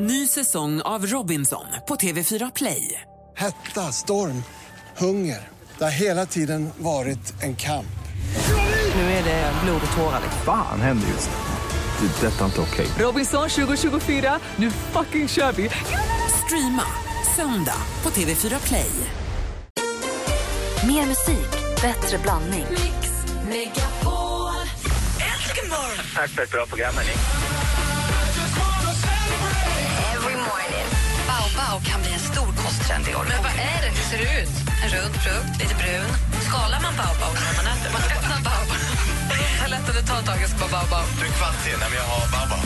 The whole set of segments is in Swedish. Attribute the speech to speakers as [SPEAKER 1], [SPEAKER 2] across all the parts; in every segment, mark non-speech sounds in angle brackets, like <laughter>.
[SPEAKER 1] Ny säsong av Robinson på TV4 Play.
[SPEAKER 2] Hetta, storm, hunger. Det har hela tiden varit en kamp.
[SPEAKER 1] Nu är det blod och tårar. liksom.
[SPEAKER 3] Fan händer just nu. Det. är Detta är inte okej.
[SPEAKER 1] Robinson 2024, nu fucking kör vi! Streama söndag på TV4 Play.
[SPEAKER 4] Mer musik, bättre blandning.
[SPEAKER 5] Tack för ett bra program, hörni.
[SPEAKER 6] Every morning. Baobao kan bli en stor kosttrend i år. Men vad är det? Hur ser det ut? En rund frukt, lite brun. Skalar man baobao när man äter? Man öppnar baobao. Det är lätt att du tar tag i ska vara baobao.
[SPEAKER 5] Du är kvart sen när jag har Babbla.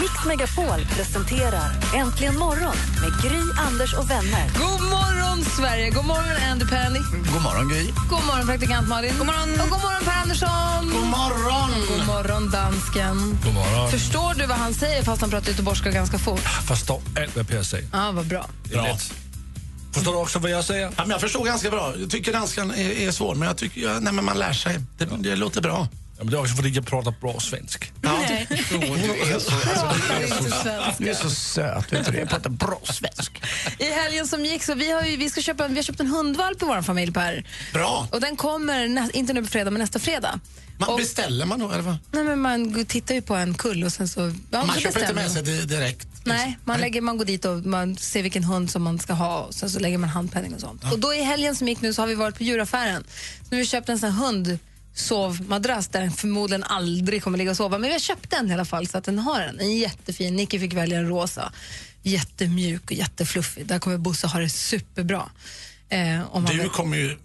[SPEAKER 4] Mix Megapol presenterar Äntligen morgon med Gry, Anders och vänner.
[SPEAKER 7] God morgon, Sverige! God morgon, Andy Penny.
[SPEAKER 8] God morgon, Gry.
[SPEAKER 7] God morgon, praktikant Malin. God morgon. Och god morgon, Per Andersson. God morgon. God morgon, dansken.
[SPEAKER 9] God morgon.
[SPEAKER 7] Förstår du vad han säger fast han pratar göteborgska ganska fort?
[SPEAKER 9] Förstår allt Äh, vad Per säger.
[SPEAKER 7] Ja, vad bra.
[SPEAKER 9] Det är lätt. Förstår du också vad jag säger?
[SPEAKER 8] Ja, men jag förstår ganska bra. Jag tycker danskan är, är svår, men jag tycker ja, nej, men man lär sig. Det, det låter bra.
[SPEAKER 9] Ja, men det är också för att jag pratar bra svensk.
[SPEAKER 7] Nej. <laughs> Pratar inte svenska.
[SPEAKER 8] Du är så söt, vet du det? Jag pratar bra svensk.
[SPEAKER 7] I helgen som gick så vi har ju, vi ska köpa, vi har köpt en hundvalp i vår familj, Per.
[SPEAKER 8] Bra!
[SPEAKER 7] Och den kommer, nä, inte nu på fredag, men nästa fredag.
[SPEAKER 8] Man,
[SPEAKER 7] Och-
[SPEAKER 8] beställer man då, eller vad?
[SPEAKER 7] Nej, men man tittar ju på en kull och sen så... Ja,
[SPEAKER 8] Man
[SPEAKER 7] så
[SPEAKER 8] köper inte
[SPEAKER 7] bestämmer
[SPEAKER 8] med
[SPEAKER 7] man.
[SPEAKER 8] sig det direkt.
[SPEAKER 7] Nej, man, lägger, man går dit och man ser vilken hund som man ska ha och sen så lägger man handpenning och sånt. Och då i helgen som gick nu så har vi varit på djuraffären. Så nu har vi köpt en sån här hundsovmadrass där den förmodligen aldrig kommer ligga och sova. Men vi har köpt den i alla fall så att den har den. En jättefin. Nicky fick välja en rosa. Jättemjuk och jättefluffig. Där kommer Bosse ha det superbra. Eh, om han
[SPEAKER 8] Du
[SPEAKER 7] vill.
[SPEAKER 8] kommer ju,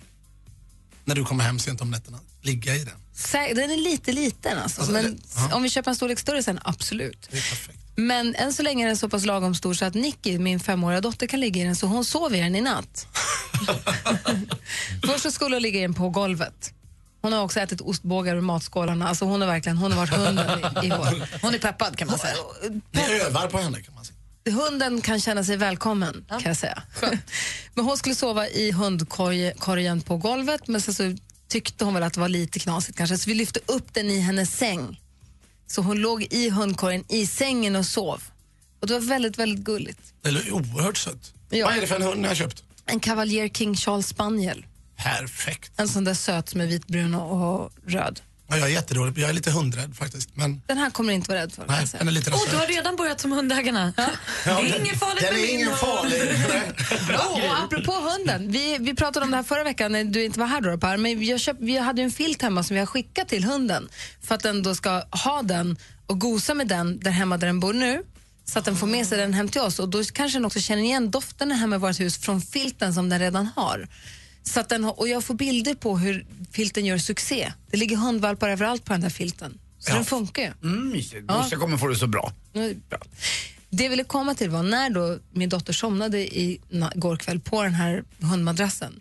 [SPEAKER 8] när du kommer hem sent om nätterna, ligga i den.
[SPEAKER 7] Sä- Den är lite liten alltså.
[SPEAKER 8] Alltså,
[SPEAKER 7] Men
[SPEAKER 8] det- ja.
[SPEAKER 7] om vi köper en storlek större sen, absolut.
[SPEAKER 8] Det är perfekt.
[SPEAKER 7] Men än så länge är den så pass lagom stor så att Nicky, min femåriga dotter, kan ligga i den så hon sover i den
[SPEAKER 10] <laughs>
[SPEAKER 7] i natt. Först så skulle hon ligga i den på golvet. Hon har också ätit ostbågar ur matskålarna. Alltså hon har verkligen hon har varit hunden i, i år.
[SPEAKER 10] Hon är peppad kan man säga.
[SPEAKER 8] Ni övar på henne, kan man säga.
[SPEAKER 7] Hunden kan känna sig välkommen kan jag säga. <laughs> men hon skulle sova i hundkorgen på golvet men sen så tyckte hon väl att det var lite knasigt kanske så vi lyfte upp den i hennes säng. Så hon låg i hundkorgen i sängen och sov. Och det var väldigt, väldigt gulligt.
[SPEAKER 8] Det är oerhört sött.
[SPEAKER 7] Ja.
[SPEAKER 8] Vad är det för en hund ni har köpt?
[SPEAKER 7] En Cavalier King Charles Spaniel.
[SPEAKER 8] Perfekt.
[SPEAKER 7] En sån där söt som är vitbrun och, och röd.
[SPEAKER 8] Ja, jag är jätterolig. Jag är lite hundrädd faktiskt. Men
[SPEAKER 7] Den här kommer du inte vara rädd för. kan
[SPEAKER 8] nej,
[SPEAKER 7] jag säga.
[SPEAKER 8] den är lite
[SPEAKER 10] Oh, du
[SPEAKER 8] rastlös.
[SPEAKER 10] har redan börjat som hundägarna. Det
[SPEAKER 8] Ja,
[SPEAKER 10] är inget farligt
[SPEAKER 8] Den
[SPEAKER 10] med
[SPEAKER 8] är
[SPEAKER 10] min
[SPEAKER 8] ingen
[SPEAKER 10] hund. <laughs>
[SPEAKER 8] farlig. Nej.
[SPEAKER 7] Och, och apropå hunden, vi, vi pratade om det här förra veckan när du inte var här då Per, men jag köpt, vi hade ju en filt hemma som vi har skickat till hunden för att den då ska ha den och gosa med den där hemma där den bor nu så att den får med sig den hem till oss och då kanske den också känner igen doften hemma i vårt hus från filten som den redan har. Så att den har, och jag får bilder på hur filten gör succé. Det ligger hundvalpar överallt på den där filten. Så
[SPEAKER 8] Ja.
[SPEAKER 7] den funkar ju.
[SPEAKER 3] Mm, mysigt. Bosse kommer få det så bra.
[SPEAKER 7] Nu är det Bra. Det jag ville komma till var när då min dotter somnade i na- går kväll på den här hundmadrassen.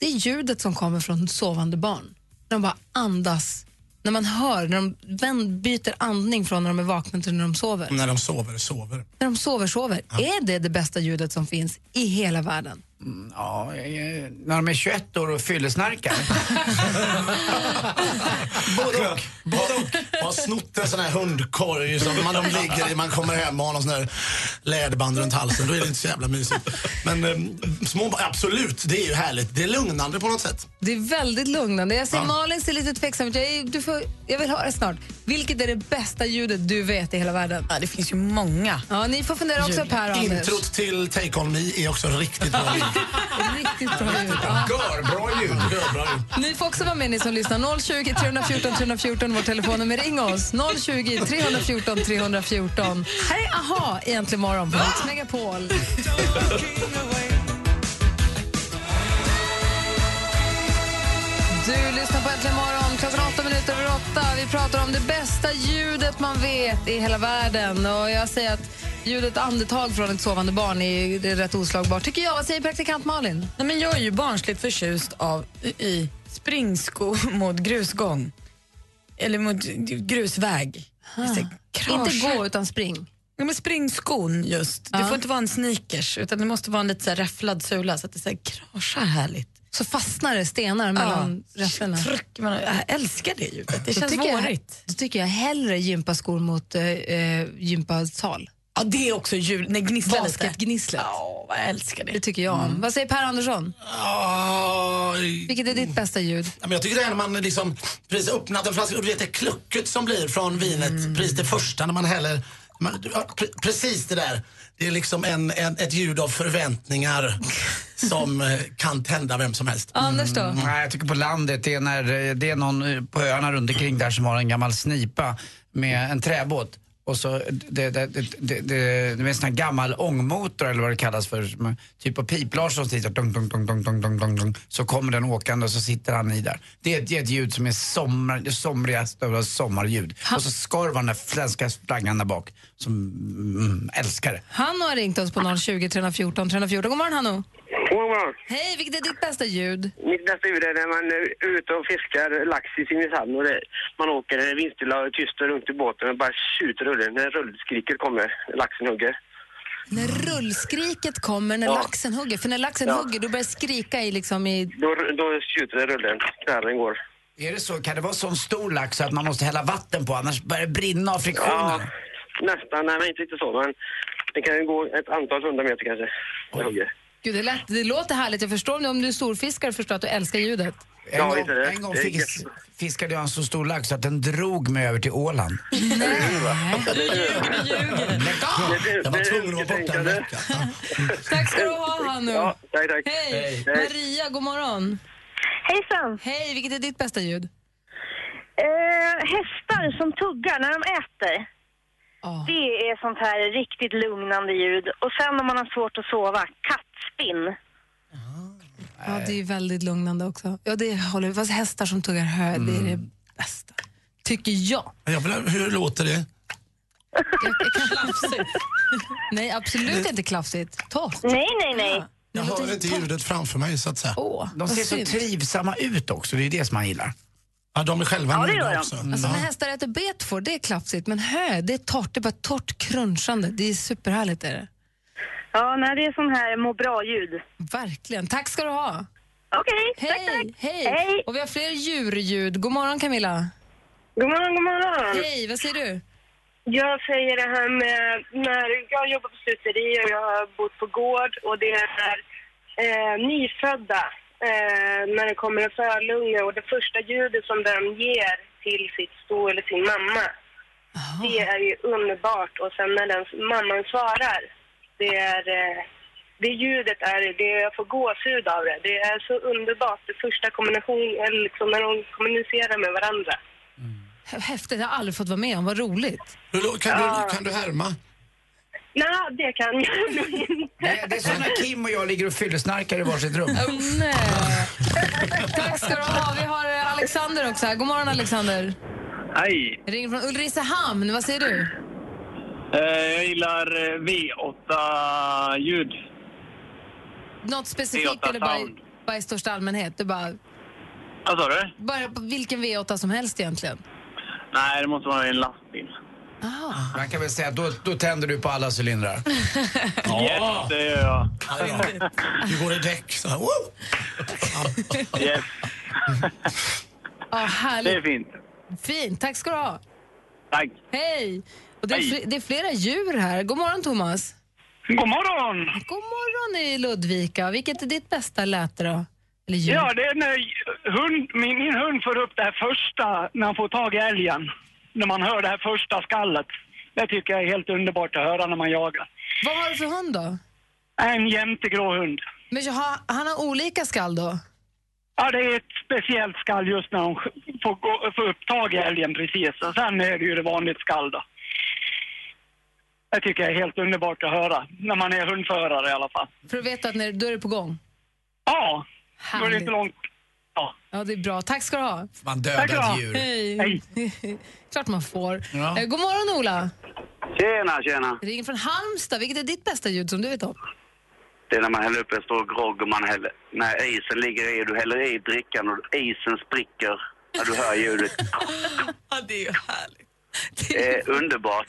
[SPEAKER 7] Det är ljudet som kommer från sovande barn. När de bara andas. När man hör, när de vänd, byter andning från när de är vakna till när de sover.
[SPEAKER 8] När de sover, sover.
[SPEAKER 7] När de sover, sover. Är det det bästa ljudet som finns i hela världen?
[SPEAKER 3] Mm, Ja, eh, när de är 21 år och fyllesnarkar.
[SPEAKER 8] Både och. Både och. Jag har snott en sån här hundkorg som man de ligger i. Man kommer hem och har någon sån här läderband runt halsen. Då är det inte så jävla mysigt. Men eh, små barn, absolut, det är ju härligt. Det är lugnande på något sätt.
[SPEAKER 7] Det är väldigt lugnande. Jag ser
[SPEAKER 8] Ja.
[SPEAKER 7] Malin ser lite tveksam ut. Jag, är- du får- jag vill höra snart. Vilket är det bästa ljudet du vet i hela världen?
[SPEAKER 10] Ja, det finns ju många.
[SPEAKER 7] Ja, ni får fundera också Per och Anders.
[SPEAKER 8] Introt till Take On Me är också riktigt bra.
[SPEAKER 10] <laughs>
[SPEAKER 7] Riktigt bra ljud. Ja.
[SPEAKER 3] Görbra ljud.
[SPEAKER 8] Det är bra ju.
[SPEAKER 7] Ni får också vara med ni som lyssnar. 020 314 314, vårt telefonnummer. Ring oss. 020 314 314. Här är AHA egentligen morgon på Mix Megapol. Du lyssnar på Äntligen morgon, klockan åtta minuter över åtta. Vi pratar om det bästa ljudet man vet i hela världen. Och jag säger att ljudet andetag från ett sovande barn är, det är rätt oslagbart, tycker jag. Vad säger praktikant Malin?
[SPEAKER 10] Nej, men jag är ju barnsligt förtjust av, i springsko <laughs> mot grusgång. Eller mot grusväg. Alltså, Jag säger,
[SPEAKER 7] Inte
[SPEAKER 10] kraschar.
[SPEAKER 7] gå, utan spring.
[SPEAKER 10] Ja, men springskon just. Det får inte vara en sneakers utan det måste vara en lite så här räfflad sula så att det så här kraschar härligt.
[SPEAKER 7] så fastnar det stenar mellan räfflorna.
[SPEAKER 10] Tryck, man, jag älskar det ljudet. Det
[SPEAKER 7] Då
[SPEAKER 10] känns
[SPEAKER 7] tycker jag-
[SPEAKER 10] vårigt.
[SPEAKER 7] Då tycker jag hellre gympaskor mot eh, eh, gympasal.
[SPEAKER 10] Ja, det är också jul. Nej, gnisslar lite.
[SPEAKER 7] Basketgnisslet.
[SPEAKER 10] Ja, vad jag älskar det.
[SPEAKER 7] Det tycker jag om.
[SPEAKER 10] Mm.
[SPEAKER 7] Vad säger Per Andersson?
[SPEAKER 8] Ah,
[SPEAKER 7] Vilket är
[SPEAKER 10] Mm.
[SPEAKER 7] ditt bästa ljud?
[SPEAKER 8] Ja, men jag tycker det är när man liksom precis öppnat en flaska och du vet det klucket som blir från vinet, precis det första när man häller. Man, ja, pre, precis det där. Det är liksom en, en, ett ljud av förväntningar som eh, kan tända vem som helst.
[SPEAKER 7] Anders då?
[SPEAKER 10] Mm.
[SPEAKER 3] Nej, jag tycker på landet, det är, när, eh, det är någon eh, på öarna runt omkring där som har en gammal snipa med en träbåt. Och så eh, det, det, det, det, det, det är en sån här gammal ångmotor eller vad det kallas för. som är Typ av piplars som sitter dong, dong, dong, dong, dong, dong, dong, dong. Så kommer den åkande och så sitter han i där. Det är, det är ett ljud som är sommar, det somrigaste av sommarljud. Och så skorvar den där svenska flaggan där bak. Som mm, älskar det.
[SPEAKER 7] Hanno har ringt
[SPEAKER 10] Ah.
[SPEAKER 7] oss på 020 314 314. God morgon Hanno!
[SPEAKER 5] God morgon.
[SPEAKER 7] Hej, vilket är ditt bästa ljud?
[SPEAKER 5] Mitt nästa ljud är när man är ute och fiskar lax i Simrishamn och det, man åker det är vindstilla och tyst och runt i båten och bara tjuter och rullar. När rullskriket kommer, laxen hugger.
[SPEAKER 7] När
[SPEAKER 10] Mm.
[SPEAKER 7] rullskriket kommer när
[SPEAKER 5] Ja.
[SPEAKER 7] laxen hugger. För när laxen
[SPEAKER 5] Ja.
[SPEAKER 7] hugger då börjar det skrika i, liksom i...
[SPEAKER 5] Då, då tjuter det rullen, knarren går.
[SPEAKER 3] Är det så? Kan det vara sån stor lax så att man måste hälla vatten på annars börjar det brinna av
[SPEAKER 5] Ja,
[SPEAKER 3] friktionen?
[SPEAKER 5] nästan. Nej, men inte riktigt så, men det kan ju gå ett antal hundra meter kanske. Det hugger.
[SPEAKER 7] Gud, det, lät, det låter härligt. Jag förstår om du, om du är storfiskare förstår att du älskar ljudet.
[SPEAKER 3] En
[SPEAKER 5] Ja,
[SPEAKER 3] gång,
[SPEAKER 5] visst är det.
[SPEAKER 3] en gång
[SPEAKER 5] Det är
[SPEAKER 3] fisk, fiskade jag en så stor lax att den drog mig över till Åland.
[SPEAKER 8] Lägg av! Jag var tvungen att vara borta en vecka.
[SPEAKER 7] Tack ska du ha Hanno!
[SPEAKER 5] Ja, tack, tack.
[SPEAKER 7] Hej!
[SPEAKER 5] Hej.
[SPEAKER 7] Maria, god morgon!
[SPEAKER 6] Hejsan!
[SPEAKER 7] Hej, vilket är ditt bästa ljud?
[SPEAKER 6] Eh, hästar som tuggar när de äter.
[SPEAKER 4] Ah.
[SPEAKER 7] Ja.
[SPEAKER 6] Det är sånt här riktigt lugnande ljud. Och sen om man har svårt att sova, kattspinn.
[SPEAKER 7] Ja, det är ju väldigt lugnande också. Ja, det håller Fast hästar som tuggar hö, det är det bästa. Mm. Tycker jag.
[SPEAKER 8] Jag vill, hur låter det?
[SPEAKER 7] jag, jag kan... Klafsigt. <laughs> Nej, absolut inte klafsigt. Torrt.
[SPEAKER 6] Nej, nej, nej.
[SPEAKER 8] Jag hör inte ljudet framför mig så att säga.
[SPEAKER 7] Åh,
[SPEAKER 3] De
[SPEAKER 7] vad
[SPEAKER 3] ser så
[SPEAKER 7] synd.
[SPEAKER 3] trivsamma ut också, det är det som man gillar.
[SPEAKER 8] Ja, de är själva
[SPEAKER 6] Ja, det gör
[SPEAKER 8] nöjda
[SPEAKER 6] de.
[SPEAKER 8] också.
[SPEAKER 7] Alltså
[SPEAKER 8] Ja.
[SPEAKER 7] när hästar äter bet får, det är klafsigt. Men hö, det är torrt. Det är bara torrt crunchande. Det är superhärligt är det.
[SPEAKER 6] Ja, nej, det är sån här må bra-ljud.
[SPEAKER 7] Verkligen. Tack ska du ha.
[SPEAKER 6] Okej, tack,
[SPEAKER 7] Hej,
[SPEAKER 6] tack.
[SPEAKER 7] hej.
[SPEAKER 6] Hej. Mm.
[SPEAKER 7] Och vi har fler djurljud. God morgon Camilla.
[SPEAKER 6] God morgon, god morgon.
[SPEAKER 7] Hej, vad säger du?
[SPEAKER 6] Jag säger det här med när jag jobbar på sluteri och jag har bott på gård och det är eh, nyfödda eh, när det kommer en förlunge och det första ljudet som den ger till sitt sto eller sin mamma. Det är ju underbart och sen när den, mamman svarar, det är eh, det ljudet är det jag får gåshud av det. Det är så underbart, det första kommunikationen, liksom när de kommunicerar med varandra.
[SPEAKER 7] Häftigt, jag har aldrig fått vara med om.
[SPEAKER 6] <laughs>
[SPEAKER 7] Vad roligt.
[SPEAKER 8] Hur, lå- kan, du, kan du härma?
[SPEAKER 6] Nej, det kan jag nog inte.
[SPEAKER 3] Det, det är som när Kim och jag ligger och fyllesnarkar i varsitt rum.
[SPEAKER 6] Oh,
[SPEAKER 7] Nej. <laughs> Tack ska du ha. Vi har eh, Alexander också här. God morgon Alexander.
[SPEAKER 5] Hej!
[SPEAKER 7] Jag ringer från Ulricehamn. Vad säger du?
[SPEAKER 5] Eh, jag gillar eh, V8-ljud.
[SPEAKER 7] Något specifikt
[SPEAKER 5] V8
[SPEAKER 7] eller bara, i-
[SPEAKER 5] Sound.
[SPEAKER 7] bara i största allmänhet? Du bara,
[SPEAKER 5] Vad sa du?
[SPEAKER 7] bara på vilken V8 som helst egentligen.
[SPEAKER 5] Nej, det måste vara en lastbil.
[SPEAKER 7] Aha.
[SPEAKER 3] Man kan väl säga att då, då tänder du på alla cylindrar.
[SPEAKER 5] <laughs> Yes, det gör jag.
[SPEAKER 8] Ja, det gör de. Du går i däck så här. Wow!
[SPEAKER 5] Yes,
[SPEAKER 7] Ja,
[SPEAKER 5] det är
[SPEAKER 7] härligt.
[SPEAKER 5] fint.
[SPEAKER 7] Fint. Tack ska du ha.
[SPEAKER 5] Tack.
[SPEAKER 7] Hej! Och det, är
[SPEAKER 5] Hej.
[SPEAKER 7] fl- det är flera djur här. God morgon Thomas.
[SPEAKER 5] God morgon!
[SPEAKER 7] God morgon i Ludvika. Vilket är ditt bästa läte då? Eller djur?
[SPEAKER 5] Ja, det är när hund, min, min hund får upp det här första, när han får tag i älgen. När man hör det här första skallet. Det tycker jag är helt underbart att höra när man jagar.
[SPEAKER 7] Vad har du för hund då?
[SPEAKER 5] En jämtegrå hund.
[SPEAKER 7] Men jag har, han har olika skall då?
[SPEAKER 5] Ja, det är ett speciellt skall just när de sk- får, gå, får upp tag i älgen precis. Och sen är det ju det vanligt skall då. Det tycker jag är helt underbart att höra, när man är hundförare i alla fall.
[SPEAKER 7] För att veta att när, då är det på gång.
[SPEAKER 5] Ja, då är det
[SPEAKER 7] Härligt.
[SPEAKER 5] inte långt. Ja,
[SPEAKER 7] Ja, det är bra. Tack ska du ha.
[SPEAKER 8] Man
[SPEAKER 5] Tack då.
[SPEAKER 8] dödar ett djur.
[SPEAKER 7] Hej.
[SPEAKER 5] Hej.
[SPEAKER 7] <laughs> Klart man får.
[SPEAKER 8] Ja.
[SPEAKER 7] Eh, God morgon Ola.
[SPEAKER 5] Tjena, tjena.
[SPEAKER 7] Jag ringer från Halmstad. Vilket är ditt bästa ljud som du vet om?
[SPEAKER 5] Det är när man häller upp en stor grogg och man häller, när isen ligger i och du häller i drickan och isen spricker. Ja, du hör
[SPEAKER 8] <laughs>
[SPEAKER 5] ljudet.
[SPEAKER 10] Ja, det är ju härligt.
[SPEAKER 5] Det är underbart.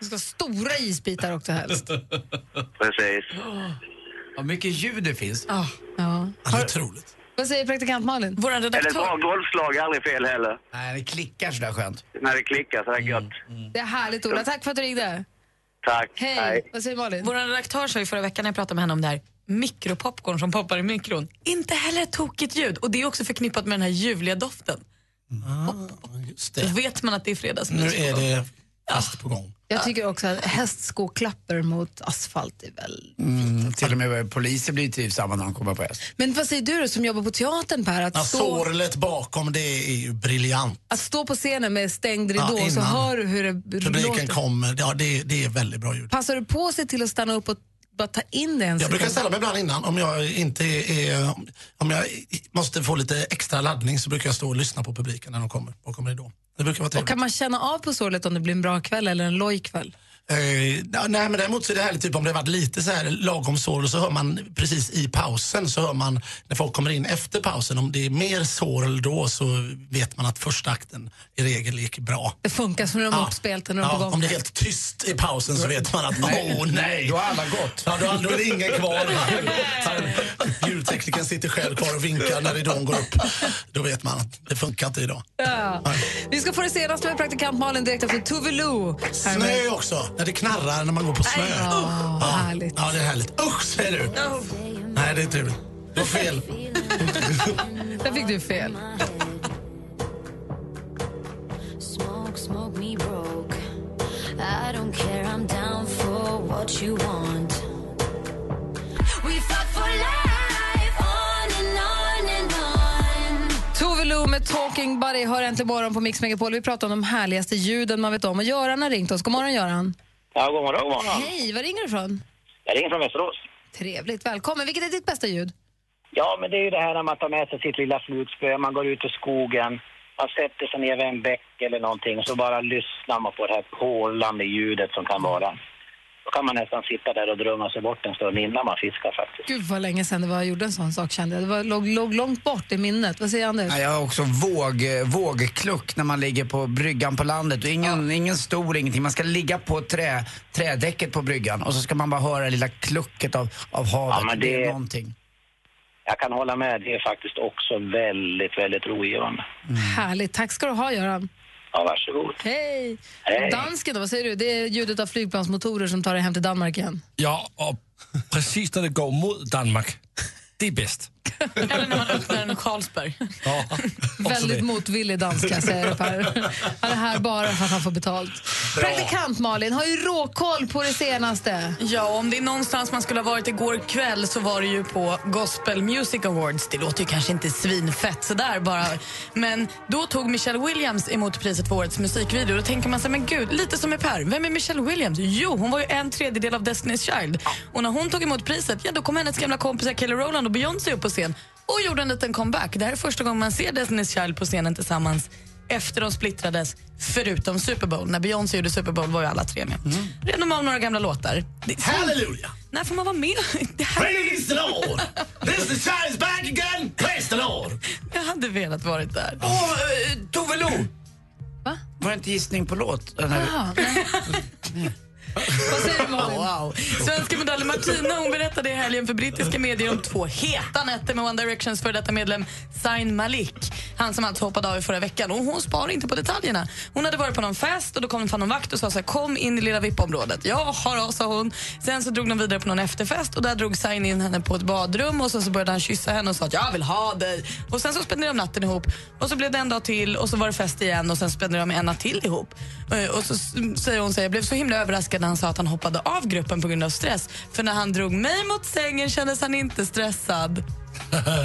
[SPEAKER 7] Du ska ha stora isbitar också helst.
[SPEAKER 5] Precis.
[SPEAKER 3] Vad mycket ljud det finns.
[SPEAKER 7] Ah. Ja.
[SPEAKER 8] Ja, det är otroligt.
[SPEAKER 7] Vad säger praktikant Malin?
[SPEAKER 10] Vår
[SPEAKER 5] Eller ett bra
[SPEAKER 10] redaktör.
[SPEAKER 5] golfslag är aldrig fel heller.
[SPEAKER 3] Nej, det klickar sådär skönt. Mm.
[SPEAKER 5] När det klickar så är det gött.
[SPEAKER 7] Det är härligt Ola, tack för att du ringde.
[SPEAKER 5] Tack.
[SPEAKER 7] Hej. Vad säger
[SPEAKER 10] <laughs>
[SPEAKER 7] Malin?
[SPEAKER 10] Vår redaktör sa ju förra veckan när jag pratade med henne om det här mikropopcorn som poppar i mikron. Inte heller ett tokigt ljud och det är också förknippat med den här ljuvliga doften.
[SPEAKER 8] Just
[SPEAKER 10] Då
[SPEAKER 8] det.
[SPEAKER 10] vet man att det är fredagsmys.
[SPEAKER 8] Nu är det fast på gång.
[SPEAKER 7] Jag tycker också att hästskoklappar mot asfalt är väl...
[SPEAKER 3] Mm, till och med poliser blir trivsamma när de kommer på häst.
[SPEAKER 7] Men vad säger du då som jobbar på teatern Per? Att
[SPEAKER 8] Ja,
[SPEAKER 7] stå,
[SPEAKER 8] sorlet bakom det är ju briljant.
[SPEAKER 7] att stå på scenen med stängd
[SPEAKER 8] Ja,
[SPEAKER 7] ridå och så
[SPEAKER 8] innan
[SPEAKER 7] hör du hur det
[SPEAKER 8] Publiken
[SPEAKER 7] låter.
[SPEAKER 8] kommer. Ja, det, det är väldigt bra ljud.
[SPEAKER 7] Passar du på sig till att stanna upp och bara ta in det
[SPEAKER 8] Jag
[SPEAKER 7] en
[SPEAKER 8] brukar
[SPEAKER 7] sekund?
[SPEAKER 8] ställa mig ibland innan om jag inte är, om jag måste få lite extra laddning så brukar jag stå och lyssna på publiken när de kommer bakom ridån. Det brukar vara trevligt.
[SPEAKER 7] Kan man känna av på sorlet om det blir en bra kväll eller en loj kväll?
[SPEAKER 8] Eh, ja, nej men däremot så är det härligt typ om det har varit lite så här lagom sår och så hör man precis i pausen så hör man när folk kommer in efter pausen om det är mer sår då så vet man att första akten i regel gick bra.
[SPEAKER 7] Det funkar som när de är
[SPEAKER 8] Ja.
[SPEAKER 7] uppspelt och när de är på
[SPEAKER 8] ja, om
[SPEAKER 7] gång.
[SPEAKER 8] det är helt tyst i pausen så vet man att åh
[SPEAKER 3] Nej.
[SPEAKER 8] oh, nej.
[SPEAKER 3] Då har alla gått.
[SPEAKER 8] Ja, då, då är det ingen <laughs> kvar. Så här, Ljudteknikern sitter själv kvar och vinkar när ridån går upp. Då vet man att det funkar inte idag.
[SPEAKER 7] Ja. Vi ska få det senaste med praktikant Malin direkt efter Tove Lo. Här med-
[SPEAKER 8] Snö också, när det knarrar när man går på snö.
[SPEAKER 7] Ja,
[SPEAKER 8] Ja.
[SPEAKER 7] härligt.
[SPEAKER 8] Ja, det är härligt. Usch, säger du. Nej, det är inte roligt. Du har fel.
[SPEAKER 7] Där fick du fel.
[SPEAKER 6] Smoke, smoke me broke. I don't care, I'm down for what you want. We fought for life, on and on and on.
[SPEAKER 7] Tove Lo med Talking Buddy hör äntligen morgon på Mix Megapol. Vi pratar om de härligaste ljuden man vet om. Och Göran har ringt oss. God morgon, Göran.
[SPEAKER 5] Ja, god morgon, god morgon.
[SPEAKER 7] Hej, var ringer du ifrån?
[SPEAKER 5] Jag ringer från Västerås.
[SPEAKER 7] Trevligt, välkommen. Vilket är ditt bästa ljud?
[SPEAKER 5] Ja, men det är ju det här när man tar med sig sitt lilla flugspö, man går ut i skogen, man sätter sig ner vid en bäck eller någonting och så bara lyssnar man på det här porlande ljudet som kan vara. Då kan man nästan sitta där och drömma sig bort en stund innan man fiskar faktiskt.
[SPEAKER 7] Gud vad länge sedan det var jag gjorde en sån sak kände jag. Det var, låg, låg långt bort i minnet. Vad säger Anders?
[SPEAKER 3] Ja, jag har också våg, eh, vågkluck när man ligger på bryggan på landet. Och ingen, ingen stor, ingenting. Man ska ligga på trä, trädäcket på bryggan och så ska man bara höra det lilla klucket av, av havet.
[SPEAKER 5] Ja, men
[SPEAKER 3] det... är
[SPEAKER 5] det-
[SPEAKER 3] någonting.
[SPEAKER 5] Jag kan hålla med, det är faktiskt också väldigt, väldigt rogivande.
[SPEAKER 7] Härligt, tack ska du ha Göran.
[SPEAKER 5] Ja, varsågod.
[SPEAKER 7] Hej!
[SPEAKER 5] Hej.
[SPEAKER 7] Dansken då, vad säger du? Det är ljudet av flygplansmotorer som tar dig hem till Danmark igen.
[SPEAKER 9] Ja, och precis när det går mot Danmark. Det är bäst.
[SPEAKER 10] Eller när man öppnar en Carlsberg.
[SPEAKER 9] Ja, också
[SPEAKER 7] Väldigt
[SPEAKER 9] det.
[SPEAKER 7] motvillig danska säger det Per. Han är här bara för att han får betalt. Praktikant Malin har ju råkoll på det senaste.
[SPEAKER 10] Ja, om det är någonstans man skulle ha varit igår kväll så var det ju på Gospel Music Awards. Det låter ju kanske inte svinfett sådär bara. Men då tog Michelle Williams emot priset för årets musikvideo. Då tänker man sig, men gud, lite som med Per. Vem är Michelle Williams? Jo, hon var ju en tredjedel av Destiny's Child. Och när hon tog emot priset, ja då kom hennes gamla kompisar Kelly Rowland och Beyoncé upp på scen och gjorde en liten comeback. Det här är första gången man ser Destiny's Child på scenen tillsammans efter de splittrades, förutom Super Bowl. När Beyoncé gjorde Super Bowl var ju alla tre med. Redan de av några gamla låtar. Det-
[SPEAKER 8] Halleluja!
[SPEAKER 10] när får man vara med? <laughs> Det här,
[SPEAKER 8] Praise the Lord! This is Charlie's back again! Praise the Lord!
[SPEAKER 10] jag hade velat vara där.
[SPEAKER 3] Åh, eh, Tove Lo!
[SPEAKER 7] Va?
[SPEAKER 3] Var det inte gissning på låt? Den här-
[SPEAKER 7] Ah, nej. vad säger du Malin?
[SPEAKER 10] Wow. Svenska modellen Martina hon berättade i helgen för brittiska medier om två heta nätter med One Directions före detta medlem Zayn Malik. Han som alltså hoppade av i förra veckan. Och hon sparar inte på detaljerna. Hon hade varit på någon fest och då kom det fram någon vakt och sa så här, kom in i lilla VIP-området. Jaha då, sa hon. Sen så drog de vidare på någon efterfest och där drog Zayn in henne på ett badrum och sen så började han kyssa henne och sa att jag vill ha dig. Och sen så spenderade de natten ihop och så blev det en dag till och så var det fest igen och sen spenderade de en natt till ihop. Eh, Och så s- säger hon så här, jag blev så himla överraskad när han sa att han hoppade av gruppen på grund av stress. För när han drog mig mot sängen kändes han inte stressad.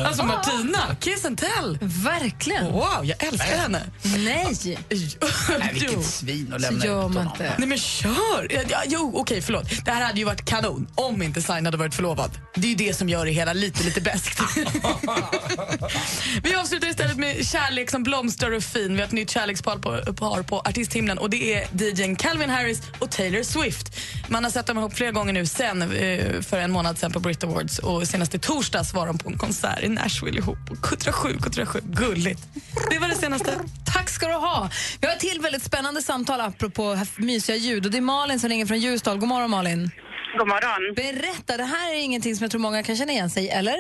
[SPEAKER 10] Alltså Martina, kiss and tell.
[SPEAKER 7] Verkligen?
[SPEAKER 10] Wow, jag älskar henne.
[SPEAKER 7] Nej!
[SPEAKER 10] <laughs>
[SPEAKER 3] Nej,
[SPEAKER 10] Jo.
[SPEAKER 3] vilket svin att lämna
[SPEAKER 7] Så
[SPEAKER 3] ut
[SPEAKER 7] gör man
[SPEAKER 3] honom.
[SPEAKER 7] inte.
[SPEAKER 10] Nej men kör! Ja, ja, jo, okej förlåt. Det här hade ju varit kanon om inte Sign hade varit förlovad. Det är ju det som gör det hela lite, lite bäst. <laughs> Vi avslutar istället med kärlek som blomstrar och fin. Vi har ett nytt kärlekspar på, par på artisthimlen och det är DJn Calvin Harris och Taylor Swift. Man har sett dem ihop flera gånger nu sen eh, för en månad sen på Brit Awards och senast i torsdags var de på en konsert i Nashville ihop. Och Kuttra sju, kuttra sju. Gulligt. Det var det senaste.
[SPEAKER 7] Tack ska du ha. Vi har ett till väldigt spännande samtal apropå här mysiga ljud. Och det är Malin som ringer från Ljusdal. God morgon Malin.
[SPEAKER 11] God morgon.
[SPEAKER 7] Berätta, det här är ingenting som jag tror många kan känna igen sig i, eller?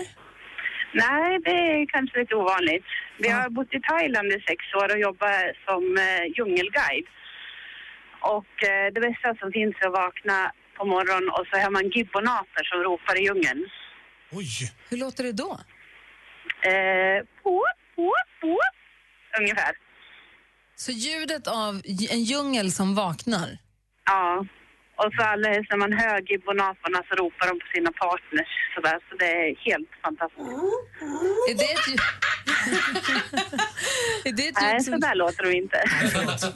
[SPEAKER 11] Nej, det är kanske lite ovanligt. Vi har bott i Thailand i sex år och jobbat som eh, djungelguide. Och eh, det bästa som finns är att vakna på morgonen och så hör man gibbonater som ropar i djungeln.
[SPEAKER 8] Oj!
[SPEAKER 7] Hur låter det då?
[SPEAKER 11] Eh, påp, påp, påp, ungefär.
[SPEAKER 7] Så ljudet av j- en djungel som vaknar?
[SPEAKER 11] Ja. Och så alla när man hör gibbonaterna så ropar de på sina partners sådär. Så det är helt fantastiskt.
[SPEAKER 7] Är det ett ljud, <laughs> är det ett
[SPEAKER 11] Nej,
[SPEAKER 7] ljud,
[SPEAKER 11] så
[SPEAKER 7] som,
[SPEAKER 11] där låter de inte.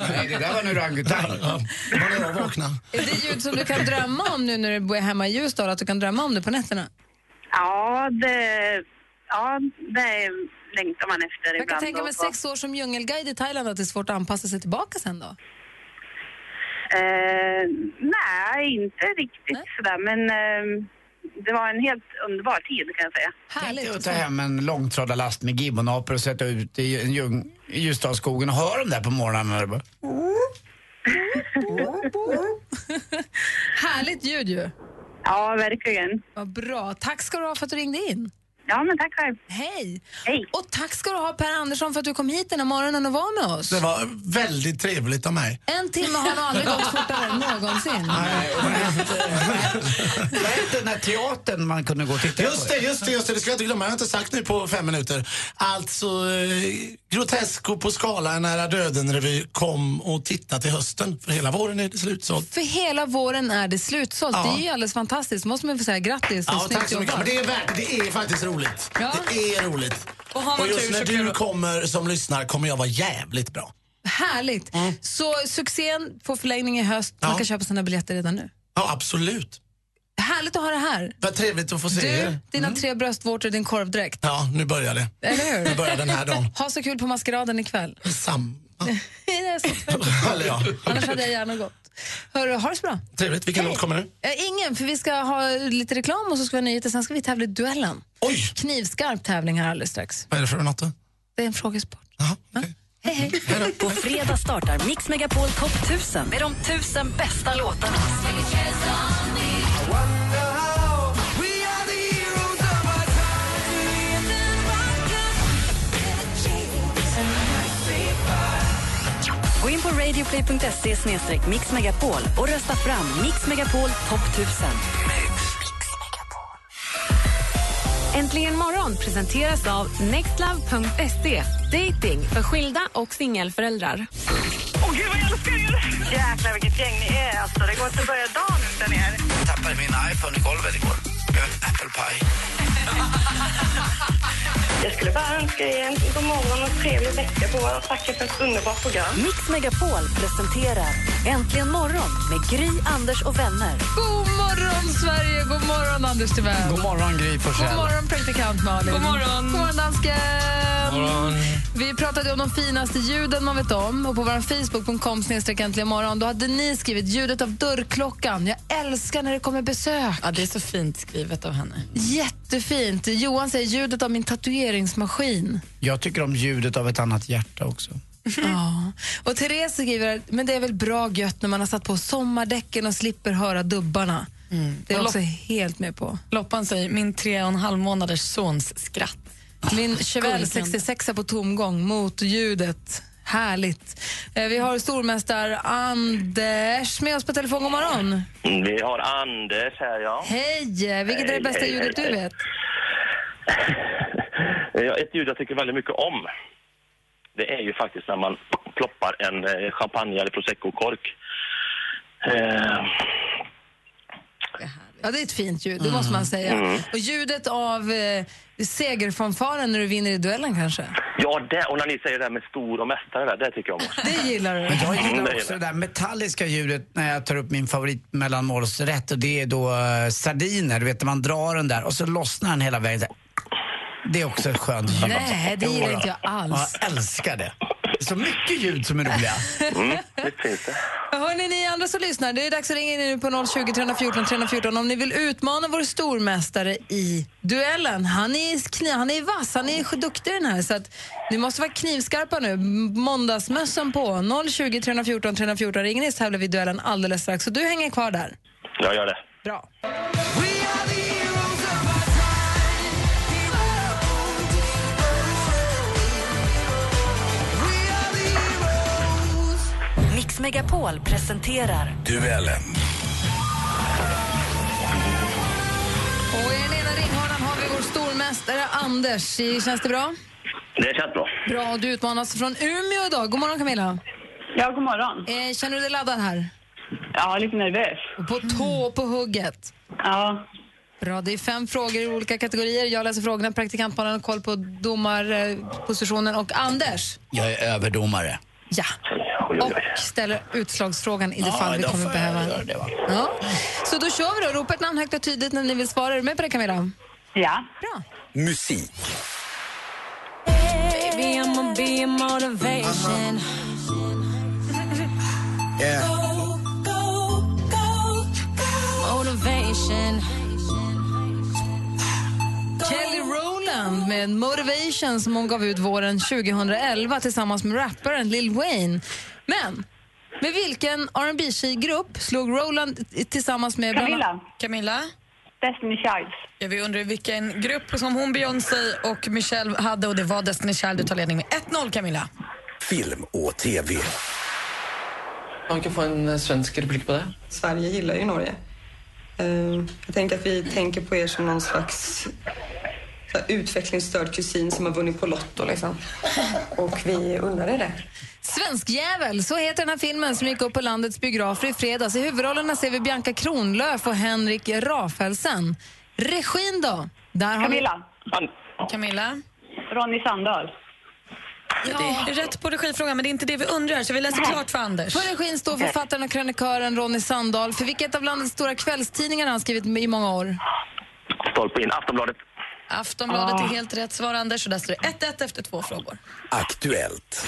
[SPEAKER 3] Nej, det där var en orangutang.
[SPEAKER 8] Var när jag vaknade.
[SPEAKER 7] är det ljud som du kan drömma om nu när du bor hemma i Ljusdal? Att du kan drömma om det på nätterna?
[SPEAKER 11] Ja, det, ja, det längtar man efter
[SPEAKER 7] Jag kan
[SPEAKER 11] ibland.
[SPEAKER 7] tänka mig
[SPEAKER 11] och så.
[SPEAKER 7] sex år som djungelguide i Thailand att det är svårt att anpassa sig tillbaka sen då.
[SPEAKER 11] Eh, nej, inte riktigt sådär. Men eh, det var en helt underbar tid kan jag säga.
[SPEAKER 3] Tänk dig att ta hem en långtradarlast med gibbonapor och sätta ut i, en djung, i Ljusdalsskogen och höra dem där på morgonen. när det bara-
[SPEAKER 7] Härligt ljud ju.
[SPEAKER 11] Ja, verkligen.
[SPEAKER 7] Vad bra. Tack ska du ha för att du ringde in.
[SPEAKER 11] Ja, men tack själv.
[SPEAKER 7] Hej. Hej. Och tack ska du ha Per Andersson för att du kom hit den här morgonen och var med oss.
[SPEAKER 8] Det var väldigt trevligt av mig.
[SPEAKER 7] En timme har nog aldrig gått fortare än
[SPEAKER 8] <laughs>
[SPEAKER 7] någonsin.
[SPEAKER 3] Vad hette den där teatern man kunde gå och titta
[SPEAKER 8] Just
[SPEAKER 3] på?
[SPEAKER 8] det, just det, just det. Det ska jag inte glömma. Jag har inte sagt nu på fem minuter. Alltså, eh, Grotesco på skala en nära döden-revy. Kom och titta till hösten. För hela våren är det slutsålt.
[SPEAKER 7] För hela våren är det slutsålt. Det är ju alldeles fantastiskt. måste man få säga grattis. och
[SPEAKER 8] Ja,
[SPEAKER 7] snyggt
[SPEAKER 8] tack så mycket.
[SPEAKER 7] jobbat.
[SPEAKER 8] Men det är värt det. är faktiskt roligt.
[SPEAKER 7] Ja.
[SPEAKER 8] Det är roligt.
[SPEAKER 10] Och har man
[SPEAKER 8] Och just
[SPEAKER 10] tur
[SPEAKER 8] när
[SPEAKER 10] så
[SPEAKER 8] du kommer som lyssnar kommer jag vara jävligt bra.
[SPEAKER 7] Härligt. Så succén får förlängning i höst. Man
[SPEAKER 8] Mm. Ja.
[SPEAKER 7] kan köpa sina biljetter redan nu.
[SPEAKER 8] Ja, absolut.
[SPEAKER 7] Härligt att ha det här.
[SPEAKER 8] Vad trevligt att få se
[SPEAKER 7] Du,
[SPEAKER 8] er.
[SPEAKER 7] dina tre bröstvårtor och din korvdräkt.
[SPEAKER 8] Ja, nu börjar det.
[SPEAKER 7] Eller hur?
[SPEAKER 8] <laughs> Nu börjar den här
[SPEAKER 7] <laughs>
[SPEAKER 8] dagen.
[SPEAKER 7] Ha så kul på maskeraden ikväll. <laughs>
[SPEAKER 8] Samma.
[SPEAKER 7] Det är så trött.
[SPEAKER 8] Eller ja.
[SPEAKER 7] Annars hade jag gärna gått. Hörru, ha det så bra.
[SPEAKER 8] Trevligt. Vilken låt kommer nu?
[SPEAKER 7] Eh, ingen, för vi ska ha lite reklam och så ska vi ha nyheter. Sen ska vi tävla i duellen.
[SPEAKER 8] Oj!
[SPEAKER 7] Knivskarp tävling här alldeles strax.
[SPEAKER 8] Vad är det för något då?
[SPEAKER 7] Det är en frågesport.
[SPEAKER 8] Jaha, okej.
[SPEAKER 7] Hej, hej.
[SPEAKER 4] På fredag startar Mix Megapol Top 1000 med de tusen bästa låtarna. Gå in på radioplay.se mixmegapol och rösta fram Mix Megapol Top 1000.
[SPEAKER 12] Äntligen morgon presenteras av nextlove.se. Dating för skilda och singelföräldrar.
[SPEAKER 11] Åh gud vad jag älskar er! Jäklar vilket gäng ni är alltså. Det går inte att börja dagen utan er.
[SPEAKER 3] Jag tappade min iPhone i golvet igår. Jag har en apple pie.
[SPEAKER 11] Jag skulle bara önska er en god morgon och en trevlig vecka på er och tacka för ett underbart program.
[SPEAKER 4] Mix Megapol presenterar Äntligen morgon med Gry, Anders och vänner.
[SPEAKER 7] God morgon, Sverige! God morgon, Anders Tivell!
[SPEAKER 3] God morgon, Gry
[SPEAKER 7] God
[SPEAKER 3] Forssell.
[SPEAKER 7] morgon, praktikant Malin.
[SPEAKER 10] God morgon.
[SPEAKER 7] God morgon, dansken. Vi pratade om de finaste ljuden man vet om. Och På vår Facebook.com snedstreck äntligen morgon då hade ni skrivit ljudet av dörrklockan. Jag älskar när det kommer besök.
[SPEAKER 10] Ja, det är så fint skrivet av henne.
[SPEAKER 7] Jättefint. Johan säger ljudet av min tatueringsmaskin.
[SPEAKER 3] Jag tycker om ljudet av ett annat hjärta också.
[SPEAKER 7] Ja. Och Therese skriver men det är väl bra gött när man har satt på sommardäcken och slipper höra dubbarna. Det är jag
[SPEAKER 10] Och
[SPEAKER 7] också helt med på.
[SPEAKER 10] Loppan säger min tre och en halv månaders sons skratt.
[SPEAKER 7] Min Chevelle
[SPEAKER 10] Guldkant.
[SPEAKER 7] 66 på tomgång mot ljudet. Härligt. Eh, Vi har stormästare Anders med oss på telefon. God morgon.
[SPEAKER 13] Mm, Vi har Anders här, ja.
[SPEAKER 7] Hej! eh, Vilket är
[SPEAKER 13] Hej,
[SPEAKER 7] det bästa
[SPEAKER 13] hej,
[SPEAKER 7] ljudet
[SPEAKER 13] hej,
[SPEAKER 7] du
[SPEAKER 13] hej.
[SPEAKER 7] vet?
[SPEAKER 13] Ja, Eh, Ett ljud jag tycker väldigt mycket om, det är ju faktiskt när man ploppar en eh, champagne eller prosecco-kork. Eh,
[SPEAKER 7] Ja, det är ett fint ljud, det måste
[SPEAKER 13] Mm.
[SPEAKER 7] man säga. Och ljudet av eh, segerfanfaren när du vinner i duellen kanske?
[SPEAKER 13] Ja, det, och när ni säger det här med stor och mästare, där, det tycker jag om.
[SPEAKER 7] Det gillar du.
[SPEAKER 3] Jag
[SPEAKER 13] Mm,
[SPEAKER 3] gillar
[SPEAKER 13] det
[SPEAKER 3] också det
[SPEAKER 13] gillar
[SPEAKER 3] där metalliska ljudet när jag tar upp min favorit mellanmålsrätt och det är då eh, sardiner. Du vet när man drar den där och så lossnar den hela vägen. så här. Det är också ett skönt ljud.
[SPEAKER 7] Nej, det gillar inte jag
[SPEAKER 3] Ja,
[SPEAKER 7] alls.
[SPEAKER 3] Jag älskar det. Det är så mycket ljud som är roliga.
[SPEAKER 13] Mm, det finns det.
[SPEAKER 7] Hörni, ni andra som lyssnar, det är dags att ringa in nu på 020 314 314 om ni vill utmana vår stormästare i duellen. Han är, kni- han är vass, han är duktig i den här så att ni måste vara knivskarpa nu. M- Måndagsmössan på. 020 314 314 ringer ni så tävlar vi i duellen alldeles strax. Så du hänger kvar där.
[SPEAKER 13] Jag gör det.
[SPEAKER 7] Bra.
[SPEAKER 1] We are the heroes of our time.
[SPEAKER 4] Megapol presenterar...
[SPEAKER 14] Duellen.
[SPEAKER 7] Och i den ena ringhörnan har vi vår stormästare Anders. I- Känns det bra?
[SPEAKER 14] Det känns bra.
[SPEAKER 7] Bra, och du utmanas från Umeå idag. God morgon Camilla. Ja, god morgon. Eh, känner du dig laddad här? Ja, lite nervös. Och på tå och på hugget? Ja. Bra, det är fem frågor i olika kategorier. Jag läser frågorna, praktikantbarnen har koll på domarpositionen och Anders,
[SPEAKER 3] Jag är överdomare.
[SPEAKER 7] ja. Och ställer utslagsfrågan i det
[SPEAKER 3] Ja,
[SPEAKER 7] fall vi
[SPEAKER 3] då
[SPEAKER 7] kommer
[SPEAKER 3] får jag
[SPEAKER 7] behöva.
[SPEAKER 3] göra det, va?
[SPEAKER 7] Ja. Så då kör vi då. Ropa ett namn högt och tydligt när ni vill svara. Är du med på det Camilla? Ja. Bra.
[SPEAKER 14] Musik.
[SPEAKER 12] Baby, I'm gonna be a motivation. Go, go, go, go. Motivation.
[SPEAKER 7] Kelly Rowland med Motivation som hon gav ut våren 2011 tillsammans med rapparen Lil Wayne. Men med vilken rb tjejgrupp slog Rowland tillsammans med... bland-
[SPEAKER 10] Camilla. Camilla? Destiny Childs. Ja, vi undrar vilken grupp som hon, Beyoncé och Michelle hade och det var Destiny Child. Du tar ledning med 1-0 Camilla.
[SPEAKER 14] Film och TV.
[SPEAKER 15] Man kan få en eh, svensk replik på det.
[SPEAKER 16] Sverige gillar ju Norge. Eh, jag tänker att vi tänker på er som någon slags så här, utvecklingsstörd kusin som har vunnit på Lotto. Liksom. Och vi undrar er det.
[SPEAKER 7] Svenskjävel, så heter den här filmen som gick upp på landets biografer i fredags. I huvudrollerna ser vi Bianca Kronlöf och Henrik Rafelsen. Regin då? Där har vi-
[SPEAKER 10] Camilla. Camilla? Ronny Sandahl. Ja, det är rätt på regifrågan, men det är inte det vi undrar, så vi läser klart för Anders.
[SPEAKER 7] På regin står författaren och krönikören Ronny Sandahl. För vilket av landets stora kvällstidningar har han skrivit i många år?
[SPEAKER 13] Stolpe in. Aftonbladet.
[SPEAKER 10] Aftonbladet
[SPEAKER 13] Ah.
[SPEAKER 10] är helt rätt svar, Anders, och där står det 1-1 efter två frågor.
[SPEAKER 14] Aktuellt.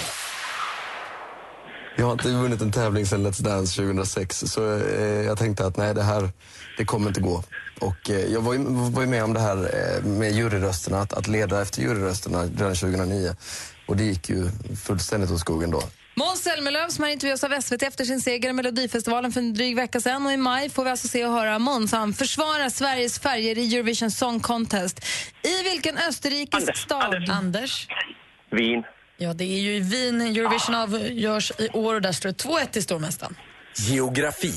[SPEAKER 17] Jag har inte vunnit en tävling sedan Let's Dance 2006 så eh, jag tänkte att nej, det här det kommer inte gå. Och eh, jag var ju, var ju med om det här eh, med juryrösterna, att, att leda efter juryrösterna redan 2009. Och det gick ju fullständigt åt skogen då.
[SPEAKER 7] Måns Zelmerlöw som har intervjuats av SVT efter sin seger i Melodifestivalen för en dryg vecka sedan och i maj får vi alltså se och höra Måns han försvara Sveriges färger i Eurovision Song Contest. I vilken österrikisk stad? Anders.
[SPEAKER 13] Wien.
[SPEAKER 10] Ja, det är ju i Wien Eurovision avgörs i år och där står det 2-1 till stormästaren.
[SPEAKER 14] Geografi.